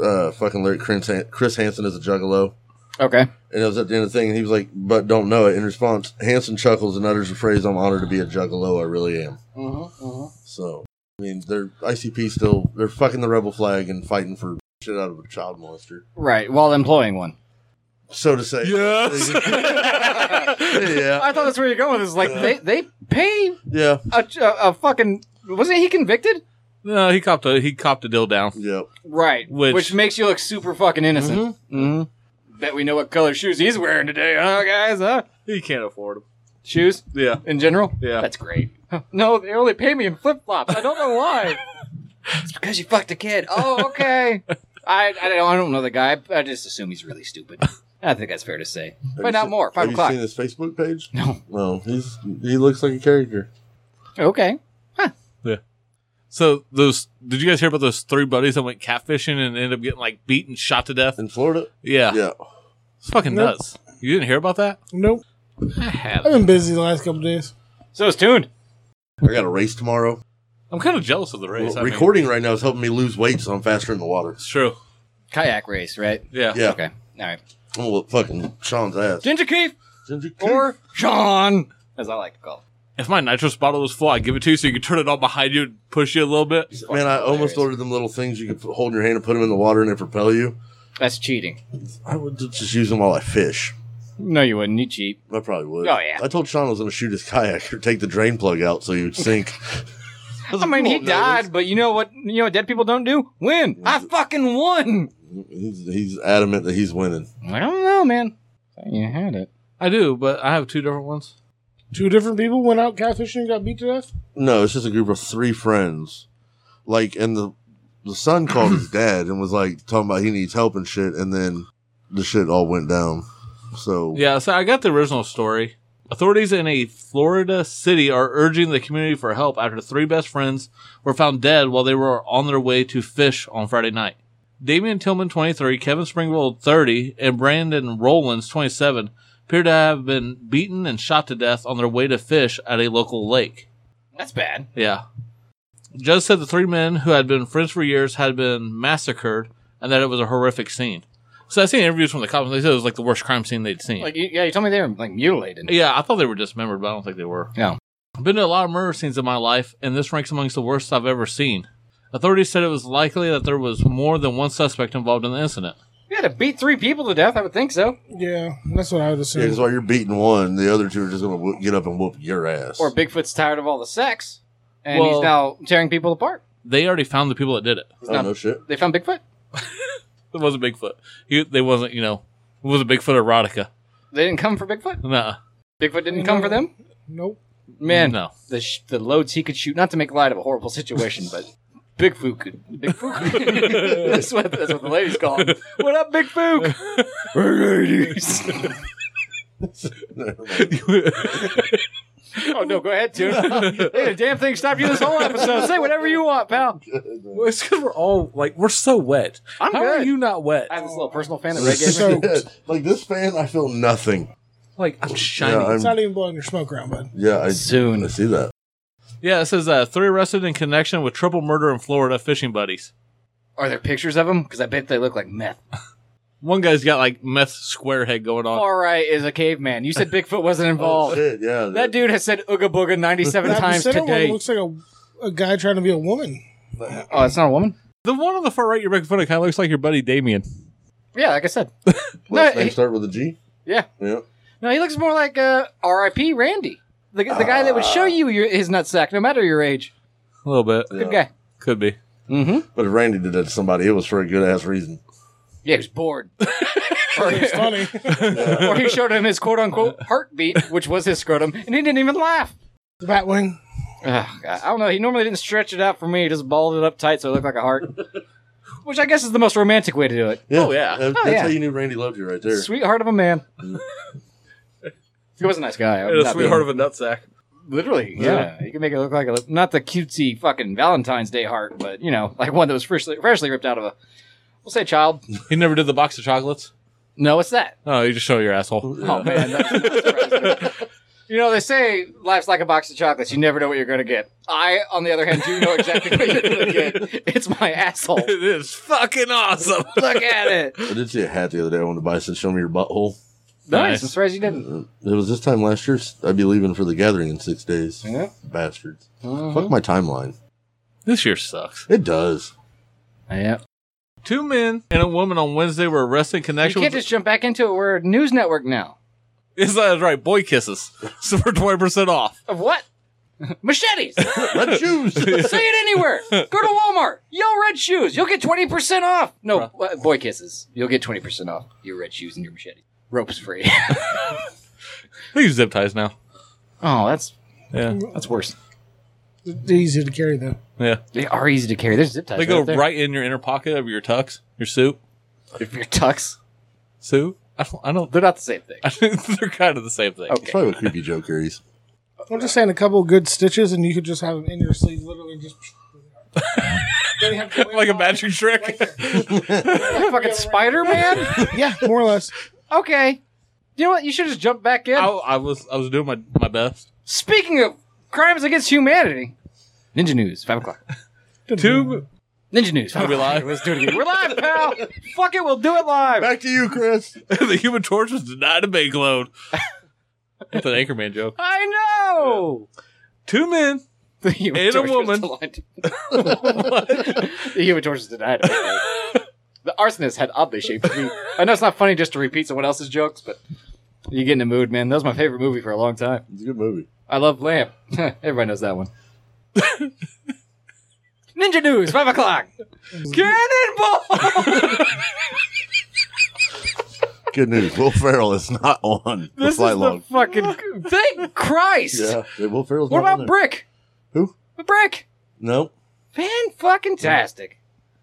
[SPEAKER 4] uh, fucking lyric Chris, Han- Chris Hansen is a juggalo.
[SPEAKER 3] okay.
[SPEAKER 4] And it was at the end of the thing, and he was like, but don't know it. In response, Hansen chuckles and utters the phrase, I'm honored to be a juggalo. I really am. mm-hmm. So, I mean, they're ICP still, they're fucking the rebel flag and fighting for shit out of a child monster.
[SPEAKER 3] Right, while employing one.
[SPEAKER 4] So to say.
[SPEAKER 2] Yes.
[SPEAKER 4] yeah.
[SPEAKER 3] I thought that's where you're going with this. Like, they, they pay
[SPEAKER 4] Yeah.
[SPEAKER 3] a, a, a fucking. Wasn't he convicted?
[SPEAKER 2] no, he copped a he copped a deal down.
[SPEAKER 4] Yeah.
[SPEAKER 3] Right. Which,
[SPEAKER 2] Which-
[SPEAKER 3] makes you look super fucking innocent. Mm-hmm. Bet we know what color shoes he's wearing today, huh, guys? Huh?
[SPEAKER 2] He can't afford him.
[SPEAKER 3] Shoes
[SPEAKER 2] Yeah.
[SPEAKER 3] in general?
[SPEAKER 2] Yeah.
[SPEAKER 3] That's great. Huh. No, they only pay me in flip flops. I don't know why. it's because you fucked a kid. Oh, okay. I, I, don't, I don't know the guy. I just assume he's really stupid. I think that's fair to say.
[SPEAKER 4] Have you
[SPEAKER 3] But not
[SPEAKER 4] seen-
[SPEAKER 3] more. Five
[SPEAKER 4] have
[SPEAKER 3] o'clock.
[SPEAKER 4] you seen his Facebook page?
[SPEAKER 3] No.
[SPEAKER 4] Well, he's, he looks like a character.
[SPEAKER 3] Okay.
[SPEAKER 2] So those did you guys hear about those three buddies that went catfishing and ended up getting like beaten, shot to death?
[SPEAKER 4] In Florida?
[SPEAKER 2] Yeah.
[SPEAKER 3] Ah.
[SPEAKER 4] Yeah.
[SPEAKER 2] It's fucking
[SPEAKER 1] Nope.
[SPEAKER 2] nuts. You didn't hear about that?
[SPEAKER 1] Nope.
[SPEAKER 2] I have.
[SPEAKER 1] I've been busy the last couple days.
[SPEAKER 3] So it's tuned.
[SPEAKER 4] I got a race tomorrow.
[SPEAKER 2] I'm kind of jealous of the race.
[SPEAKER 4] Well,
[SPEAKER 2] I mean.
[SPEAKER 4] recording right now is helping me lose weight, so I'm faster in the water.
[SPEAKER 2] It's true.
[SPEAKER 3] Kayak race, right?
[SPEAKER 2] Yeah.
[SPEAKER 4] Yeah,
[SPEAKER 3] Okay. All right.
[SPEAKER 4] I'm gonna look fucking Sean's ass.
[SPEAKER 3] Ginger Keith or Sean, as I like to call
[SPEAKER 2] If my nitrous bottle was full, I'd give it to you so you could turn it on behind you and push you a little bit.
[SPEAKER 3] it.
[SPEAKER 4] Man, I almost
[SPEAKER 3] Hilarious.
[SPEAKER 4] ordered them little things you could put- hold in your hand and put them in the water and they propel you.
[SPEAKER 3] That's cheating.
[SPEAKER 4] I would ju- just use them while I fish.
[SPEAKER 3] No, you wouldn't. You cheat.
[SPEAKER 4] I probably would.
[SPEAKER 3] Oh, yeah.
[SPEAKER 4] I told Sean I was gonna shoot his kayak or take the drain plug out so he would sink.
[SPEAKER 3] I mean, he
[SPEAKER 4] won't know
[SPEAKER 3] died,
[SPEAKER 4] this.
[SPEAKER 3] but you know what? You know what dead people don't do? Win. I fucking won.
[SPEAKER 4] he's, he's adamant that he's winning.
[SPEAKER 3] I don't know, man. You had it.
[SPEAKER 2] I do, but I have two different ones.
[SPEAKER 1] Two different people went out catfishing and got beat to death.
[SPEAKER 4] No, it's just a group of three friends. Like, and the the son called his dad and was like talking about he needs help and shit, and then the shit all went down. So
[SPEAKER 2] Yeah, so I got the original story. Authorities in a Florida city are urging the community for help after three best friends were found dead while they were on their way to fish on Friday night. Damian Tillman, 23, Kevin Springfield, 30, and Brandon Rollins, 27, appear to have been beaten and shot to death on their way to fish at a local lake.
[SPEAKER 3] That's bad.
[SPEAKER 2] Yeah. Judge said the three men who had been friends for years had been massacred and that it was a horrific scene. So I seen interviews from the cops and they said it was like the worst crime scene they'd seen.
[SPEAKER 3] Like, you, yeah, you told me they were like mutilated.
[SPEAKER 2] Yeah, I thought they were dismembered, but I don't think they were.
[SPEAKER 3] No.
[SPEAKER 2] I've been to a lot of murder scenes in my life, and this ranks amongst the worst I've ever seen. Authorities said it was likely that there was more than one suspect involved in the incident.
[SPEAKER 3] You had to beat three people to death. I would think so.
[SPEAKER 1] Yeah, that's what I would assume.
[SPEAKER 4] Yeah, because while you're beating one, the other two are just gonna whoop, get up and whoop your ass.
[SPEAKER 3] Or Bigfoot's tired of all the sex, and he's
[SPEAKER 2] Well-
[SPEAKER 3] now tearing people apart.
[SPEAKER 2] they already found the people that did it.
[SPEAKER 4] Oh, no shit.
[SPEAKER 3] They found Bigfoot.
[SPEAKER 2] It wasn't Bigfoot. He, they wasn't, you know, it wasn't Bigfoot erotica.
[SPEAKER 3] They didn't come for Bigfoot.
[SPEAKER 2] Nah.
[SPEAKER 3] Bigfoot didn't come for them.
[SPEAKER 1] Nope.
[SPEAKER 3] Man,
[SPEAKER 2] No.
[SPEAKER 3] the sh- the loads he could shoot. Not to make light of a horrible situation, but Big Fook. could- Big Fook. that's what that's what the ladies call him. What up, Big Fook? oh no, go ahead, dude. hey, the damn thing stopped you this whole episode. Say whatever you want, pal.
[SPEAKER 6] Well, it's because we're all like we're so wet.
[SPEAKER 3] I'm
[SPEAKER 6] How
[SPEAKER 3] good.
[SPEAKER 6] are you not wet?
[SPEAKER 3] I have this little personal fan that Ray gave me.
[SPEAKER 1] So-
[SPEAKER 4] like this fan, I feel nothing.
[SPEAKER 6] like I'm shiny.
[SPEAKER 4] Yeah, I'm-
[SPEAKER 1] It's not even blowing your smoke around, bud.
[SPEAKER 4] yeah, I,
[SPEAKER 3] Soon.
[SPEAKER 4] I see that.
[SPEAKER 2] Yeah, it says uh, three arrested in connection with triple murder in Florida fishing buddies.
[SPEAKER 3] Are there pictures of him? Because I bet they look like meth.
[SPEAKER 2] One guy's got like meth square head going on.
[SPEAKER 3] All right, is a caveman. You said Bigfoot wasn't
[SPEAKER 4] Oh,
[SPEAKER 3] involved.
[SPEAKER 4] shit, yeah.
[SPEAKER 3] that dude has said Ooga Booga 97
[SPEAKER 1] That
[SPEAKER 3] times
[SPEAKER 1] Vicenta one
[SPEAKER 3] today.
[SPEAKER 1] looks like a, a guy trying to be a woman.
[SPEAKER 3] Oh, it's not a woman?
[SPEAKER 2] The one on the far right you're making fun of kind of looks like your buddy Damien.
[SPEAKER 3] Yeah, like I said.
[SPEAKER 4] Last
[SPEAKER 3] No,
[SPEAKER 4] name
[SPEAKER 3] he-
[SPEAKER 4] start with a G.
[SPEAKER 3] Yeah.
[SPEAKER 4] Yeah.
[SPEAKER 3] No, he looks more like uh, R.I.P. Randy. The, the guy that would show you your, his nutsack, no matter your age.
[SPEAKER 2] A little bit.
[SPEAKER 3] Good
[SPEAKER 4] Yeah.
[SPEAKER 3] guy.
[SPEAKER 2] Could be.
[SPEAKER 3] Mm-hmm.
[SPEAKER 4] But if Randy did that to somebody, it was for a good ass reason.
[SPEAKER 3] Yeah, he was bored.
[SPEAKER 1] It's funny.
[SPEAKER 3] or he showed him his quote-unquote heartbeat, which was his scrotum, and he didn't even laugh.
[SPEAKER 1] the Batwing.
[SPEAKER 3] Ugh, God, I don't know. He normally didn't stretch it out for me. He just balled it up tight so it looked like a heart. Which I guess is the most romantic way to do it.
[SPEAKER 4] Yeah.
[SPEAKER 2] Oh, yeah.
[SPEAKER 4] That-
[SPEAKER 3] Oh,
[SPEAKER 4] that's
[SPEAKER 3] yeah.
[SPEAKER 4] how you knew Randy loved you right there.
[SPEAKER 3] Sweetheart of a man. he was a nice guy. I'm
[SPEAKER 2] And a
[SPEAKER 3] not
[SPEAKER 2] sweetheart of a nutsack.
[SPEAKER 3] being- literally. Yeah. he can make it look like a not the cutesy fucking Valentine's Day heart, but you know, like one that was freshly freshly ripped out of a we'll say child.
[SPEAKER 2] He never did the box of chocolates.
[SPEAKER 3] No, it's that.
[SPEAKER 2] No, you just show your asshole.
[SPEAKER 3] Oh man, that's that's surprising. You know, they say life's like a box of chocolates. You never know what you're going to get. I, on the other hand, do know exactly what you're going to get. It's my asshole.
[SPEAKER 2] It is fucking awesome.
[SPEAKER 3] Look at it.
[SPEAKER 4] I did see a hat the other day. I wanted to buy. Said, "Show me your butthole."
[SPEAKER 2] Nice.
[SPEAKER 3] I'm surprised you didn't.
[SPEAKER 4] It was this time last year. I'd be leaving for the gathering in six days.
[SPEAKER 3] Yeah.
[SPEAKER 4] Bastards. Fuck my timeline.
[SPEAKER 2] This year sucks.
[SPEAKER 4] It does.
[SPEAKER 3] Yeah.
[SPEAKER 2] Two men and a woman on Wednesday were arrested in
[SPEAKER 3] You
[SPEAKER 2] connection
[SPEAKER 3] can't
[SPEAKER 2] with.
[SPEAKER 3] just jump back into it. We're a news network now.
[SPEAKER 2] Is that right? Boy kisses. So we're 20% off.
[SPEAKER 3] Of what? Machetes. Say
[SPEAKER 4] Red shoes.
[SPEAKER 3] it anywhere. Go to Walmart. Yell red shoes. You'll get 20% off. No, uh, boy kisses. You'll get 20% off your red shoes and your machete. Rope's free.
[SPEAKER 2] They use zip ties now.
[SPEAKER 3] oh, that's
[SPEAKER 2] Yeah.
[SPEAKER 3] that's worse.
[SPEAKER 1] It's easy to carry though.
[SPEAKER 2] Yeah.
[SPEAKER 3] They are easy to carry. There's zip ties.
[SPEAKER 2] They go
[SPEAKER 3] right, there.
[SPEAKER 2] right in your inner pocket of your tux, your suit.
[SPEAKER 3] Your tucks.
[SPEAKER 2] Suit? I don't. I don't
[SPEAKER 3] They're not the same thing.
[SPEAKER 2] I think they're kind of the same thing.
[SPEAKER 4] It's
[SPEAKER 3] Okay.
[SPEAKER 4] probably what creepy Joe carries.
[SPEAKER 1] I'm just saying a couple of good stitches, and you could just have them in your sleeve, literally just. Don't you have to wear
[SPEAKER 2] Like a
[SPEAKER 1] them all?
[SPEAKER 2] magic trick.
[SPEAKER 3] fucking Spider Man?
[SPEAKER 1] Yeah, more or less.
[SPEAKER 3] okay. You know what? You should just jump back in.
[SPEAKER 2] I, I was I was doing my, my best.
[SPEAKER 3] Speaking of crimes against humanity, Ninja News, 5 o'clock.
[SPEAKER 2] Two
[SPEAKER 3] Ninja News.
[SPEAKER 2] Are we live?
[SPEAKER 3] Let's do it again. We're live, pal. Fuck it, we'll do it live.
[SPEAKER 4] Back to you, Chris.
[SPEAKER 2] the human torch was denied a bankload. That's an anchorman joke.
[SPEAKER 3] I know.
[SPEAKER 2] Two men
[SPEAKER 3] The human
[SPEAKER 2] And a
[SPEAKER 3] torch was
[SPEAKER 2] woman.
[SPEAKER 3] delighted. the human torch is denied. the arsonist had oddly shaped feet. I know it's not funny just to repeat someone else's jokes, but you get in the mood, man. That was my favorite movie for a long time.
[SPEAKER 4] It's a good movie.
[SPEAKER 3] I love Lamp. Everybody knows that one. Ninja News, 5 o'clock. Cannonball!
[SPEAKER 4] Good news. Will Ferrell is not on the
[SPEAKER 3] this is
[SPEAKER 4] flight
[SPEAKER 3] the
[SPEAKER 4] log.
[SPEAKER 3] fucking. Thank Christ!
[SPEAKER 4] yeah, yeah, Will Ferrell's
[SPEAKER 3] What
[SPEAKER 4] not on
[SPEAKER 3] about
[SPEAKER 4] there.
[SPEAKER 3] Brick?
[SPEAKER 4] Who?
[SPEAKER 3] Brick!
[SPEAKER 4] No.
[SPEAKER 3] Fan fucking tastic.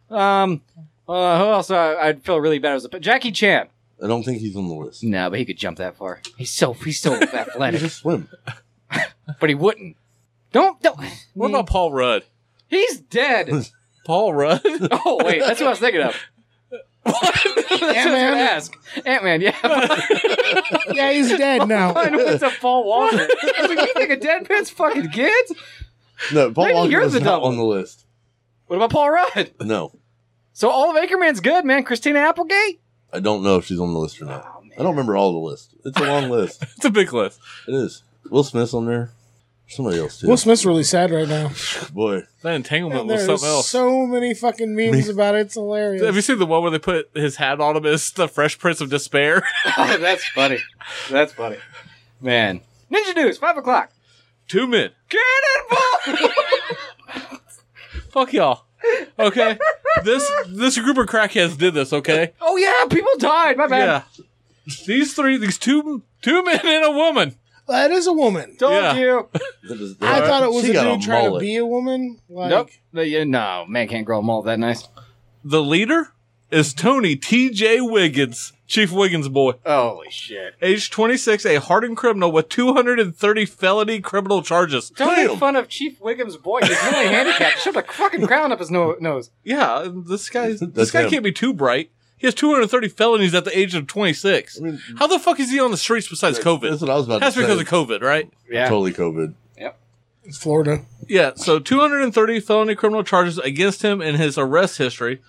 [SPEAKER 3] Um, uh, who else? Uh, I'd feel really bad as a Jackie Chan.
[SPEAKER 4] I don't think he's on the list.
[SPEAKER 3] No, but he could jump that far. He's so he's so
[SPEAKER 4] He
[SPEAKER 3] athletic,
[SPEAKER 4] just swim.
[SPEAKER 3] but he wouldn't. Don't don't.
[SPEAKER 2] What about Paul Rudd?
[SPEAKER 3] He's dead.
[SPEAKER 2] Paul Rudd?
[SPEAKER 3] Oh wait, that's what I was thinking of. What? Ant
[SPEAKER 1] Ant-Man?
[SPEAKER 3] Man ask. Ant Man, yeah.
[SPEAKER 1] Yeah, he's dead now.
[SPEAKER 3] Fine with the Paul Walker. I mean, you think a dead man's fucking kids?
[SPEAKER 4] No, Paul
[SPEAKER 3] Maybe
[SPEAKER 4] Walker
[SPEAKER 3] you're
[SPEAKER 4] is
[SPEAKER 3] the
[SPEAKER 4] not
[SPEAKER 3] double.
[SPEAKER 4] on the list.
[SPEAKER 3] What about Paul Rudd?
[SPEAKER 4] No,
[SPEAKER 3] So all of Anchorman's good, man. Christina Applegate.
[SPEAKER 4] I don't know if she's on the list or not.
[SPEAKER 1] Oh,
[SPEAKER 4] I don't remember all the list. It's a long list.
[SPEAKER 2] It's a big list.
[SPEAKER 4] It is. Will Smith's on there. Somebody else too.
[SPEAKER 1] Will Smith's really sad right now.
[SPEAKER 4] Boy,
[SPEAKER 2] That entanglement was
[SPEAKER 1] There's
[SPEAKER 2] something else.
[SPEAKER 1] so many fucking memes about it. It's hilarious.
[SPEAKER 2] Have you seen the one where they put his hat on him as the Fresh Prince of Despair?
[SPEAKER 3] Oh, that's funny. That's funny. Man. Ninja News, 5 o'clock.
[SPEAKER 2] Two men
[SPEAKER 3] Cannonball!
[SPEAKER 2] Fuck y'all. Okay, this this group of crackheads did this. Okay,
[SPEAKER 3] Oh yeah, people died. My bad.
[SPEAKER 2] yeah. These three, these two two men and a woman.
[SPEAKER 1] That is a woman.
[SPEAKER 3] Told
[SPEAKER 2] Yeah.
[SPEAKER 3] you.
[SPEAKER 1] I thought it was
[SPEAKER 4] She
[SPEAKER 1] a
[SPEAKER 4] got
[SPEAKER 1] dude trying
[SPEAKER 4] mullet.
[SPEAKER 1] to be a woman. Like,
[SPEAKER 3] nope. No, you, no, man can't grow a mole that nice.
[SPEAKER 2] The leader is Tony T.J. Wiggins, Chief Wiggins boy.
[SPEAKER 3] Holy shit.
[SPEAKER 2] age 26, a hardened criminal with 230 felony criminal charges.
[SPEAKER 3] Don't
[SPEAKER 4] Damn.
[SPEAKER 3] make fun of Chief Wiggum's boy. He's mentally handicapped. Shove a fucking crown up his no- nose.
[SPEAKER 2] Yeah, this guy, this
[SPEAKER 4] That's
[SPEAKER 2] guy
[SPEAKER 4] him.
[SPEAKER 2] can't be too bright. He has 230 felonies at the age of 26.
[SPEAKER 4] I mean-
[SPEAKER 2] How the fuck is he on the streets besides
[SPEAKER 4] That's
[SPEAKER 2] COVID?
[SPEAKER 4] what I was about
[SPEAKER 2] That's
[SPEAKER 4] to say.
[SPEAKER 2] because of COVID, right?
[SPEAKER 3] Yeah.
[SPEAKER 4] Totally COVID.
[SPEAKER 1] It's Florida.
[SPEAKER 2] Yeah, so 230 felony criminal charges against him in his arrest history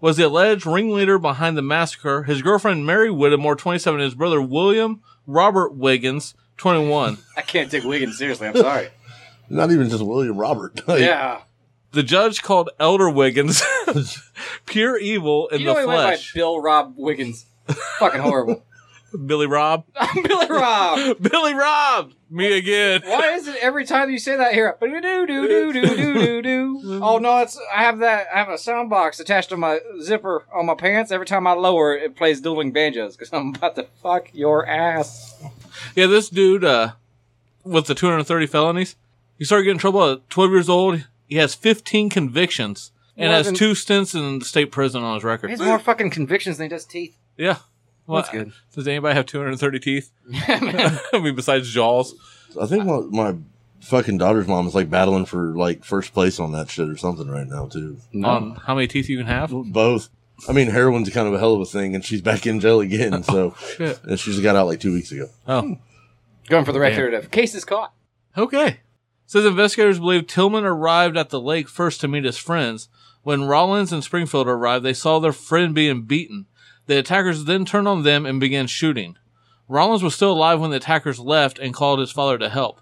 [SPEAKER 2] was the alleged ringleader behind the massacre, his girlfriend Mary Whittemore, 27, and his brother William Robert Wiggins, 21.
[SPEAKER 3] I can't take Wiggins seriously. I'm sorry.
[SPEAKER 4] Not even just William Robert. Like,
[SPEAKER 3] yeah.
[SPEAKER 2] The judge called Elder Wiggins pure evil in
[SPEAKER 3] You
[SPEAKER 2] the
[SPEAKER 3] know he went by
[SPEAKER 2] flesh.
[SPEAKER 3] Bill Rob Wiggins. fucking horrible.
[SPEAKER 2] Billy Rob.
[SPEAKER 3] I'm Billy Rob.
[SPEAKER 2] Billy Rob! Me again.
[SPEAKER 3] Why is it every time you say that here? Do do do do do do do. Oh no, it's I have that. I have a sound box attached to my zipper on my pants. Every time I lower, it plays dueling banjos because I'm about to fuck your ass.
[SPEAKER 2] Yeah, this dude uh, with the 230 felonies, he started getting in trouble at 12 years old. He has 15 convictions and
[SPEAKER 3] More
[SPEAKER 2] has
[SPEAKER 3] than-
[SPEAKER 2] two stints in the state prison on his
[SPEAKER 3] He
[SPEAKER 2] record.
[SPEAKER 3] has more fucking convictions than he does teeth.
[SPEAKER 2] Yeah. Well,
[SPEAKER 3] That's good.
[SPEAKER 2] Does anybody have 230 teeth? I mean, besides Jaws.
[SPEAKER 4] I think my, my fucking daughter's mom is like battling for like first place on that shit or something right now too.
[SPEAKER 2] On how many teeth you can have?
[SPEAKER 4] Both. I mean, heroin's kind of a hell of a thing, and she's back in jail again. So,
[SPEAKER 2] Oh, shit.
[SPEAKER 4] and she's got out like two weeks ago.
[SPEAKER 2] Oh.
[SPEAKER 3] Going for the record of cases caught.
[SPEAKER 2] Okay. Says investigators believe Tillman arrived at the lake first to meet his friends. When Rollins and Springfield arrived, they saw their friend being beaten. The attackers then turned on them and began shooting. Rollins was still alive when the attackers left and called his father to help.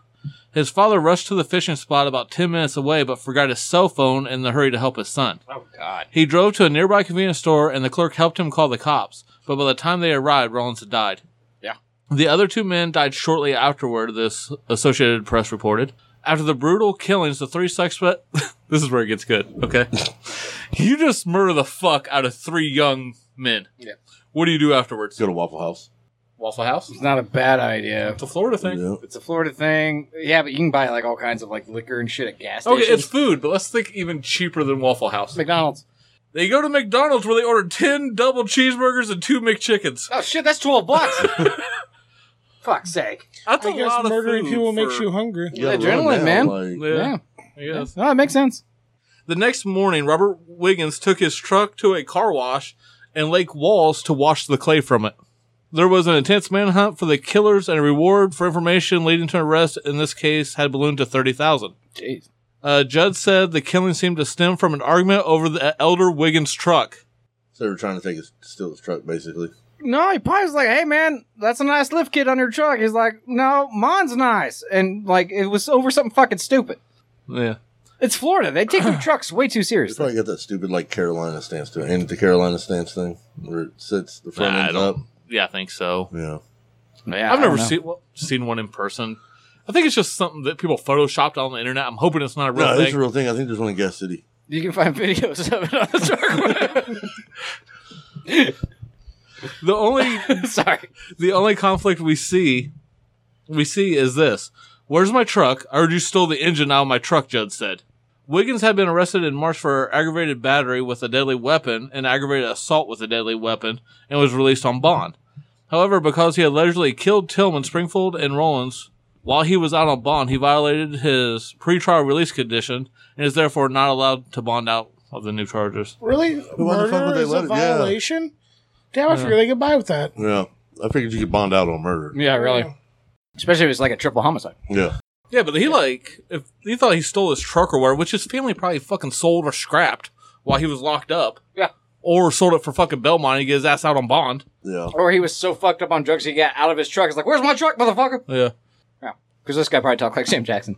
[SPEAKER 2] His father rushed to the fishing spot about 10 minutes away but forgot his cell phone in the hurry to help his son.
[SPEAKER 3] Oh God.
[SPEAKER 2] He drove to a nearby convenience store and the clerk helped him call the cops, but by the time they arrived, Rollins had died.
[SPEAKER 3] Yeah.
[SPEAKER 2] The other two men died shortly afterward, this Associated Press reported. After the brutal killings, the three suspects. this is where it gets good, okay? you just murder the fuck out of three young men.
[SPEAKER 3] Yeah.
[SPEAKER 2] What do you do afterwards?
[SPEAKER 4] Go to Waffle House.
[SPEAKER 2] Waffle House?
[SPEAKER 3] It's not a bad idea.
[SPEAKER 2] It's a Florida thing.
[SPEAKER 4] Yeah.
[SPEAKER 3] It's a Florida thing. Yeah, but you can buy like all kinds of like liquor and shit at gas
[SPEAKER 2] Okay,
[SPEAKER 3] stations.
[SPEAKER 2] it's food, but let's think even cheaper than Waffle House.
[SPEAKER 3] McDonald's.
[SPEAKER 2] They go to McDonald's where they order 10 double cheeseburgers and two McChickens.
[SPEAKER 3] Oh shit, that's twelve bucks. Fuck's sake.
[SPEAKER 2] That's
[SPEAKER 1] I
[SPEAKER 2] a
[SPEAKER 1] guess
[SPEAKER 2] lot of
[SPEAKER 1] murdering
[SPEAKER 2] food for-
[SPEAKER 1] people makes you hungry.
[SPEAKER 4] You gotta
[SPEAKER 3] Adrenaline,
[SPEAKER 4] run
[SPEAKER 3] man.
[SPEAKER 4] Like,
[SPEAKER 2] Yeah.
[SPEAKER 3] Yeah.
[SPEAKER 2] yeah.
[SPEAKER 3] No, it makes sense.
[SPEAKER 2] The next morning, Robert Wiggins took his truck to a car wash in Lake Walls to wash the clay from it. There was an intense manhunt for the killers, and a reward for information leading to an arrest in this case had ballooned to thirty thousand.
[SPEAKER 3] Jeez.
[SPEAKER 2] Uh, Judd said the killing seemed to stem from an argument over the elder Wiggins' truck.
[SPEAKER 4] So they were trying to take his, steal his truck, basically.
[SPEAKER 3] No, he probably was like, "Hey, man, that's a nice lift kit on your truck." He's like, "No, mine's nice," and like it was over something fucking stupid.
[SPEAKER 2] Yeah,
[SPEAKER 3] It's Florida; they take their trucks way too
[SPEAKER 4] They
[SPEAKER 3] seriously.
[SPEAKER 4] probably got that stupid like Carolina stance to it. Ain't it the Carolina stance thing where it sits the front
[SPEAKER 2] Nah, I
[SPEAKER 4] end's
[SPEAKER 2] don't-
[SPEAKER 4] up?
[SPEAKER 2] yeah, I think so.
[SPEAKER 4] Yeah.
[SPEAKER 3] Yeah,
[SPEAKER 2] I've
[SPEAKER 3] I don't
[SPEAKER 2] never
[SPEAKER 3] know.
[SPEAKER 2] seen well, seen one in person. I think it's just something that people photoshopped on the internet. I'm hoping it's not a real
[SPEAKER 4] No,
[SPEAKER 2] thing.
[SPEAKER 4] it's a real thing. I think there's one in Gas City.
[SPEAKER 3] You can find videos of it on the
[SPEAKER 2] the only
[SPEAKER 3] truck. Sorry.
[SPEAKER 2] the only conflict we see we see is this where's my truck i heard you stole the engine out of my truck judd said wiggins had been arrested in march for aggravated battery with a deadly weapon and aggravated assault with a deadly weapon and was released on bond however because he allegedly killed tillman springfield and rollins while he was out on bond he violated his pretrial release condition and is therefore not allowed to bond out of the new charges
[SPEAKER 1] Really?
[SPEAKER 4] why the fuck would
[SPEAKER 1] Murder
[SPEAKER 4] they
[SPEAKER 1] is
[SPEAKER 4] let
[SPEAKER 1] a
[SPEAKER 4] it- yeah.
[SPEAKER 1] violation? Damn, I figured they could buy with that.
[SPEAKER 4] Yeah. I figured you could bond out on murder.
[SPEAKER 3] Yeah, really. Especially if it's like a triple homicide.
[SPEAKER 4] Yeah.
[SPEAKER 2] yeah but he like if he thought he stole his truck or whatever which his family probably fucking sold or scrapped while he was locked up
[SPEAKER 3] Yeah.
[SPEAKER 2] or sold it for fucking Belmont and get his ass out on bond.
[SPEAKER 4] Yeah.
[SPEAKER 3] Or he was so fucked up on drugs he got out of his truck. He's like, "Where's my truck, motherfucker?"
[SPEAKER 2] Yeah.
[SPEAKER 3] Yeah, because this guy probably talked like Sam Jackson.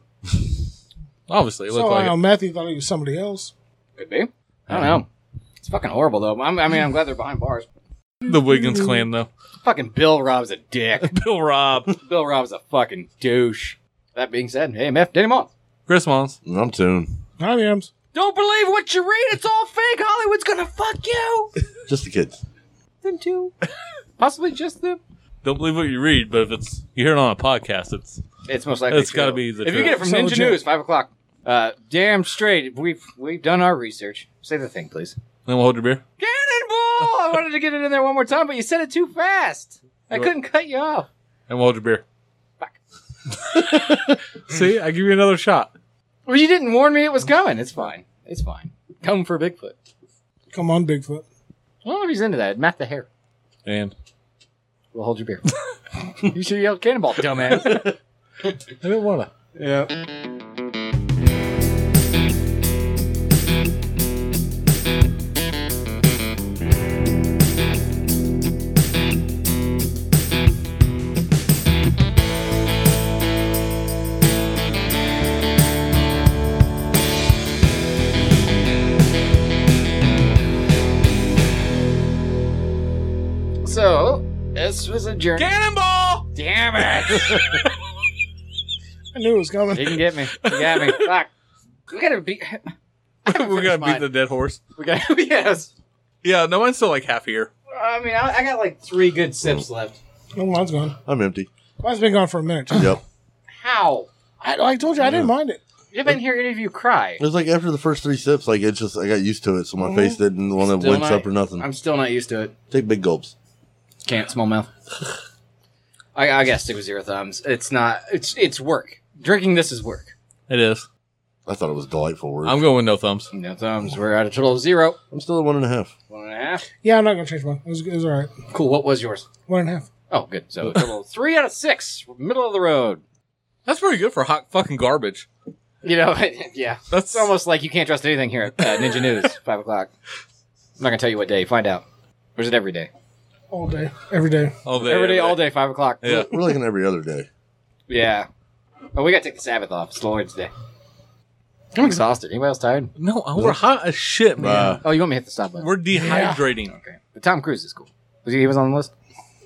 [SPEAKER 2] Obviously, it
[SPEAKER 1] So um,
[SPEAKER 2] looked like
[SPEAKER 1] I know
[SPEAKER 2] it.
[SPEAKER 1] Matthew thought he was somebody else.
[SPEAKER 3] Could be. I don't know. It's fucking horrible though. I'm, I mean, I'm glad they're behind bars.
[SPEAKER 2] the Wiggins clan, though.
[SPEAKER 3] Fucking Bill Rob's a dick.
[SPEAKER 2] Bill Rob,
[SPEAKER 3] Bill Rob's a fucking douche. That being said, hey, MF, did him on.
[SPEAKER 2] Chris Mons.
[SPEAKER 4] And I'm tuned.
[SPEAKER 1] Hi, Yams.
[SPEAKER 3] Don't believe what you read. It's all fake. Hollywood's gonna fuck you.
[SPEAKER 4] Just the kids.
[SPEAKER 3] Them too. Possibly just them.
[SPEAKER 2] Don't believe what you read, but if it's you hear it on a podcast, it's
[SPEAKER 3] It's most likely.
[SPEAKER 2] It's gotta
[SPEAKER 3] true.
[SPEAKER 2] be the
[SPEAKER 3] If you
[SPEAKER 2] truth.
[SPEAKER 3] get it from
[SPEAKER 1] So
[SPEAKER 3] Ninja
[SPEAKER 1] legit.
[SPEAKER 3] News, five o'clock. Uh, damn straight. We've we've done our research. Say the thing, please.
[SPEAKER 2] then we'll hold your beer.
[SPEAKER 3] Cannonball! I wanted to get it in there one more time, but you said it too fast. I
[SPEAKER 2] You're-
[SPEAKER 3] couldn't cut you off.
[SPEAKER 2] And we'll hold your beer.
[SPEAKER 6] See, I give you another shot.
[SPEAKER 3] Well, you didn't warn me it was coming. It's fine. It's fine. Come for Bigfoot.
[SPEAKER 1] Come on, Bigfoot.
[SPEAKER 3] I don't know if he's into that. Matt the Hare.
[SPEAKER 2] And
[SPEAKER 3] We'll hold your beer. you should yell cannonball, dumbass.
[SPEAKER 6] I didn't wanna.
[SPEAKER 1] Yeah.
[SPEAKER 3] so, this was a journey.
[SPEAKER 2] cannonball.
[SPEAKER 3] Damn it!
[SPEAKER 1] I knew it was coming.
[SPEAKER 3] you can get me. You got me. Fuck. We gotta beat.
[SPEAKER 2] We're gonna
[SPEAKER 3] mine.
[SPEAKER 2] beat the dead horse.
[SPEAKER 3] We gotta. Yes.
[SPEAKER 2] Yeah, no, mine's still like half here.
[SPEAKER 3] I mean, I, I got like three good sips left.
[SPEAKER 1] No, Oh, mine's gone.
[SPEAKER 4] I'm empty.
[SPEAKER 1] Mine's been gone for a minute. too.
[SPEAKER 4] Yep.
[SPEAKER 3] How?
[SPEAKER 1] I, I told you I didn't mind it.
[SPEAKER 3] You haven't hear any of you cry.
[SPEAKER 4] It was like after the first three sips, like it's just I got used to it, so my face didn't want to
[SPEAKER 3] Mm-hmm. Still
[SPEAKER 4] wince
[SPEAKER 3] not-
[SPEAKER 4] up or nothing.
[SPEAKER 3] I'm still not used to it.
[SPEAKER 4] Take big gulps.
[SPEAKER 3] Can't small mouth. I, I gotta stick with zero thumbs. It's not. It's it's work. Drinking this is work.
[SPEAKER 2] It is.
[SPEAKER 4] I thought it was delightful. Word.
[SPEAKER 2] I'm
[SPEAKER 4] I'm,
[SPEAKER 2] going with no thumbs.
[SPEAKER 3] No thumbs. We're at a total of zero.
[SPEAKER 4] still at one and a half.
[SPEAKER 3] One and a half.
[SPEAKER 1] Yeah, I'm not gonna change mine. It was, it was all right.
[SPEAKER 3] Cool. What was yours?
[SPEAKER 1] One and a half.
[SPEAKER 3] Oh, good. So a total of three out of six. Middle of the road.
[SPEAKER 2] That's pretty good for hot fucking garbage.
[SPEAKER 3] You know. yeah.
[SPEAKER 2] That's
[SPEAKER 3] It's almost like you can't trust anything here at uh, Ninja News. Five o'clock. I'm not gonna tell you what day. Find out. Or is it every day?
[SPEAKER 1] All day, every day.
[SPEAKER 2] all day,
[SPEAKER 3] every day, all day, five o'clock.
[SPEAKER 2] Yeah.
[SPEAKER 4] We're like an every other day.
[SPEAKER 3] Yeah. Oh, we gotta take the Sabbath off. It's the Lord's Day. I'm exhausted. Anybody else tired?
[SPEAKER 2] No, we're hot as shit, man.
[SPEAKER 4] Uh,
[SPEAKER 3] Oh, you want me to hit the stop button?
[SPEAKER 2] We're dehydrating.
[SPEAKER 3] okay. But Tom Cruise is cool. Was he, he was on the list?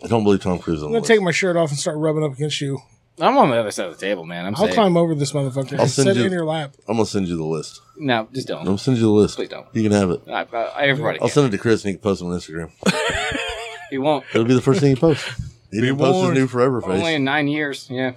[SPEAKER 4] I don't believe Tom Cruise is on
[SPEAKER 1] I'm
[SPEAKER 4] the
[SPEAKER 1] gonna
[SPEAKER 4] list.
[SPEAKER 1] take my shirt off and start rubbing up against you.
[SPEAKER 3] I'm on the other side of the table, man. I'm
[SPEAKER 1] I'll
[SPEAKER 3] safe.
[SPEAKER 1] climb over this motherfucker.
[SPEAKER 4] I'll
[SPEAKER 1] and
[SPEAKER 4] send
[SPEAKER 1] set
[SPEAKER 4] you-
[SPEAKER 1] it in your lap.
[SPEAKER 4] I'm gonna send you the list.
[SPEAKER 3] No, just don't.
[SPEAKER 4] I'm gonna send you the list.
[SPEAKER 3] Please don't.
[SPEAKER 4] You can have it.
[SPEAKER 3] I, I, everybody.
[SPEAKER 4] I'll
[SPEAKER 3] can.
[SPEAKER 4] send it to Chris and he can post it on Instagram.
[SPEAKER 3] He won't.
[SPEAKER 4] It'll be the first thing he posts. He didn't post his
[SPEAKER 2] warned.
[SPEAKER 4] new forever
[SPEAKER 3] Only
[SPEAKER 4] face.
[SPEAKER 3] in nine years. Yeah.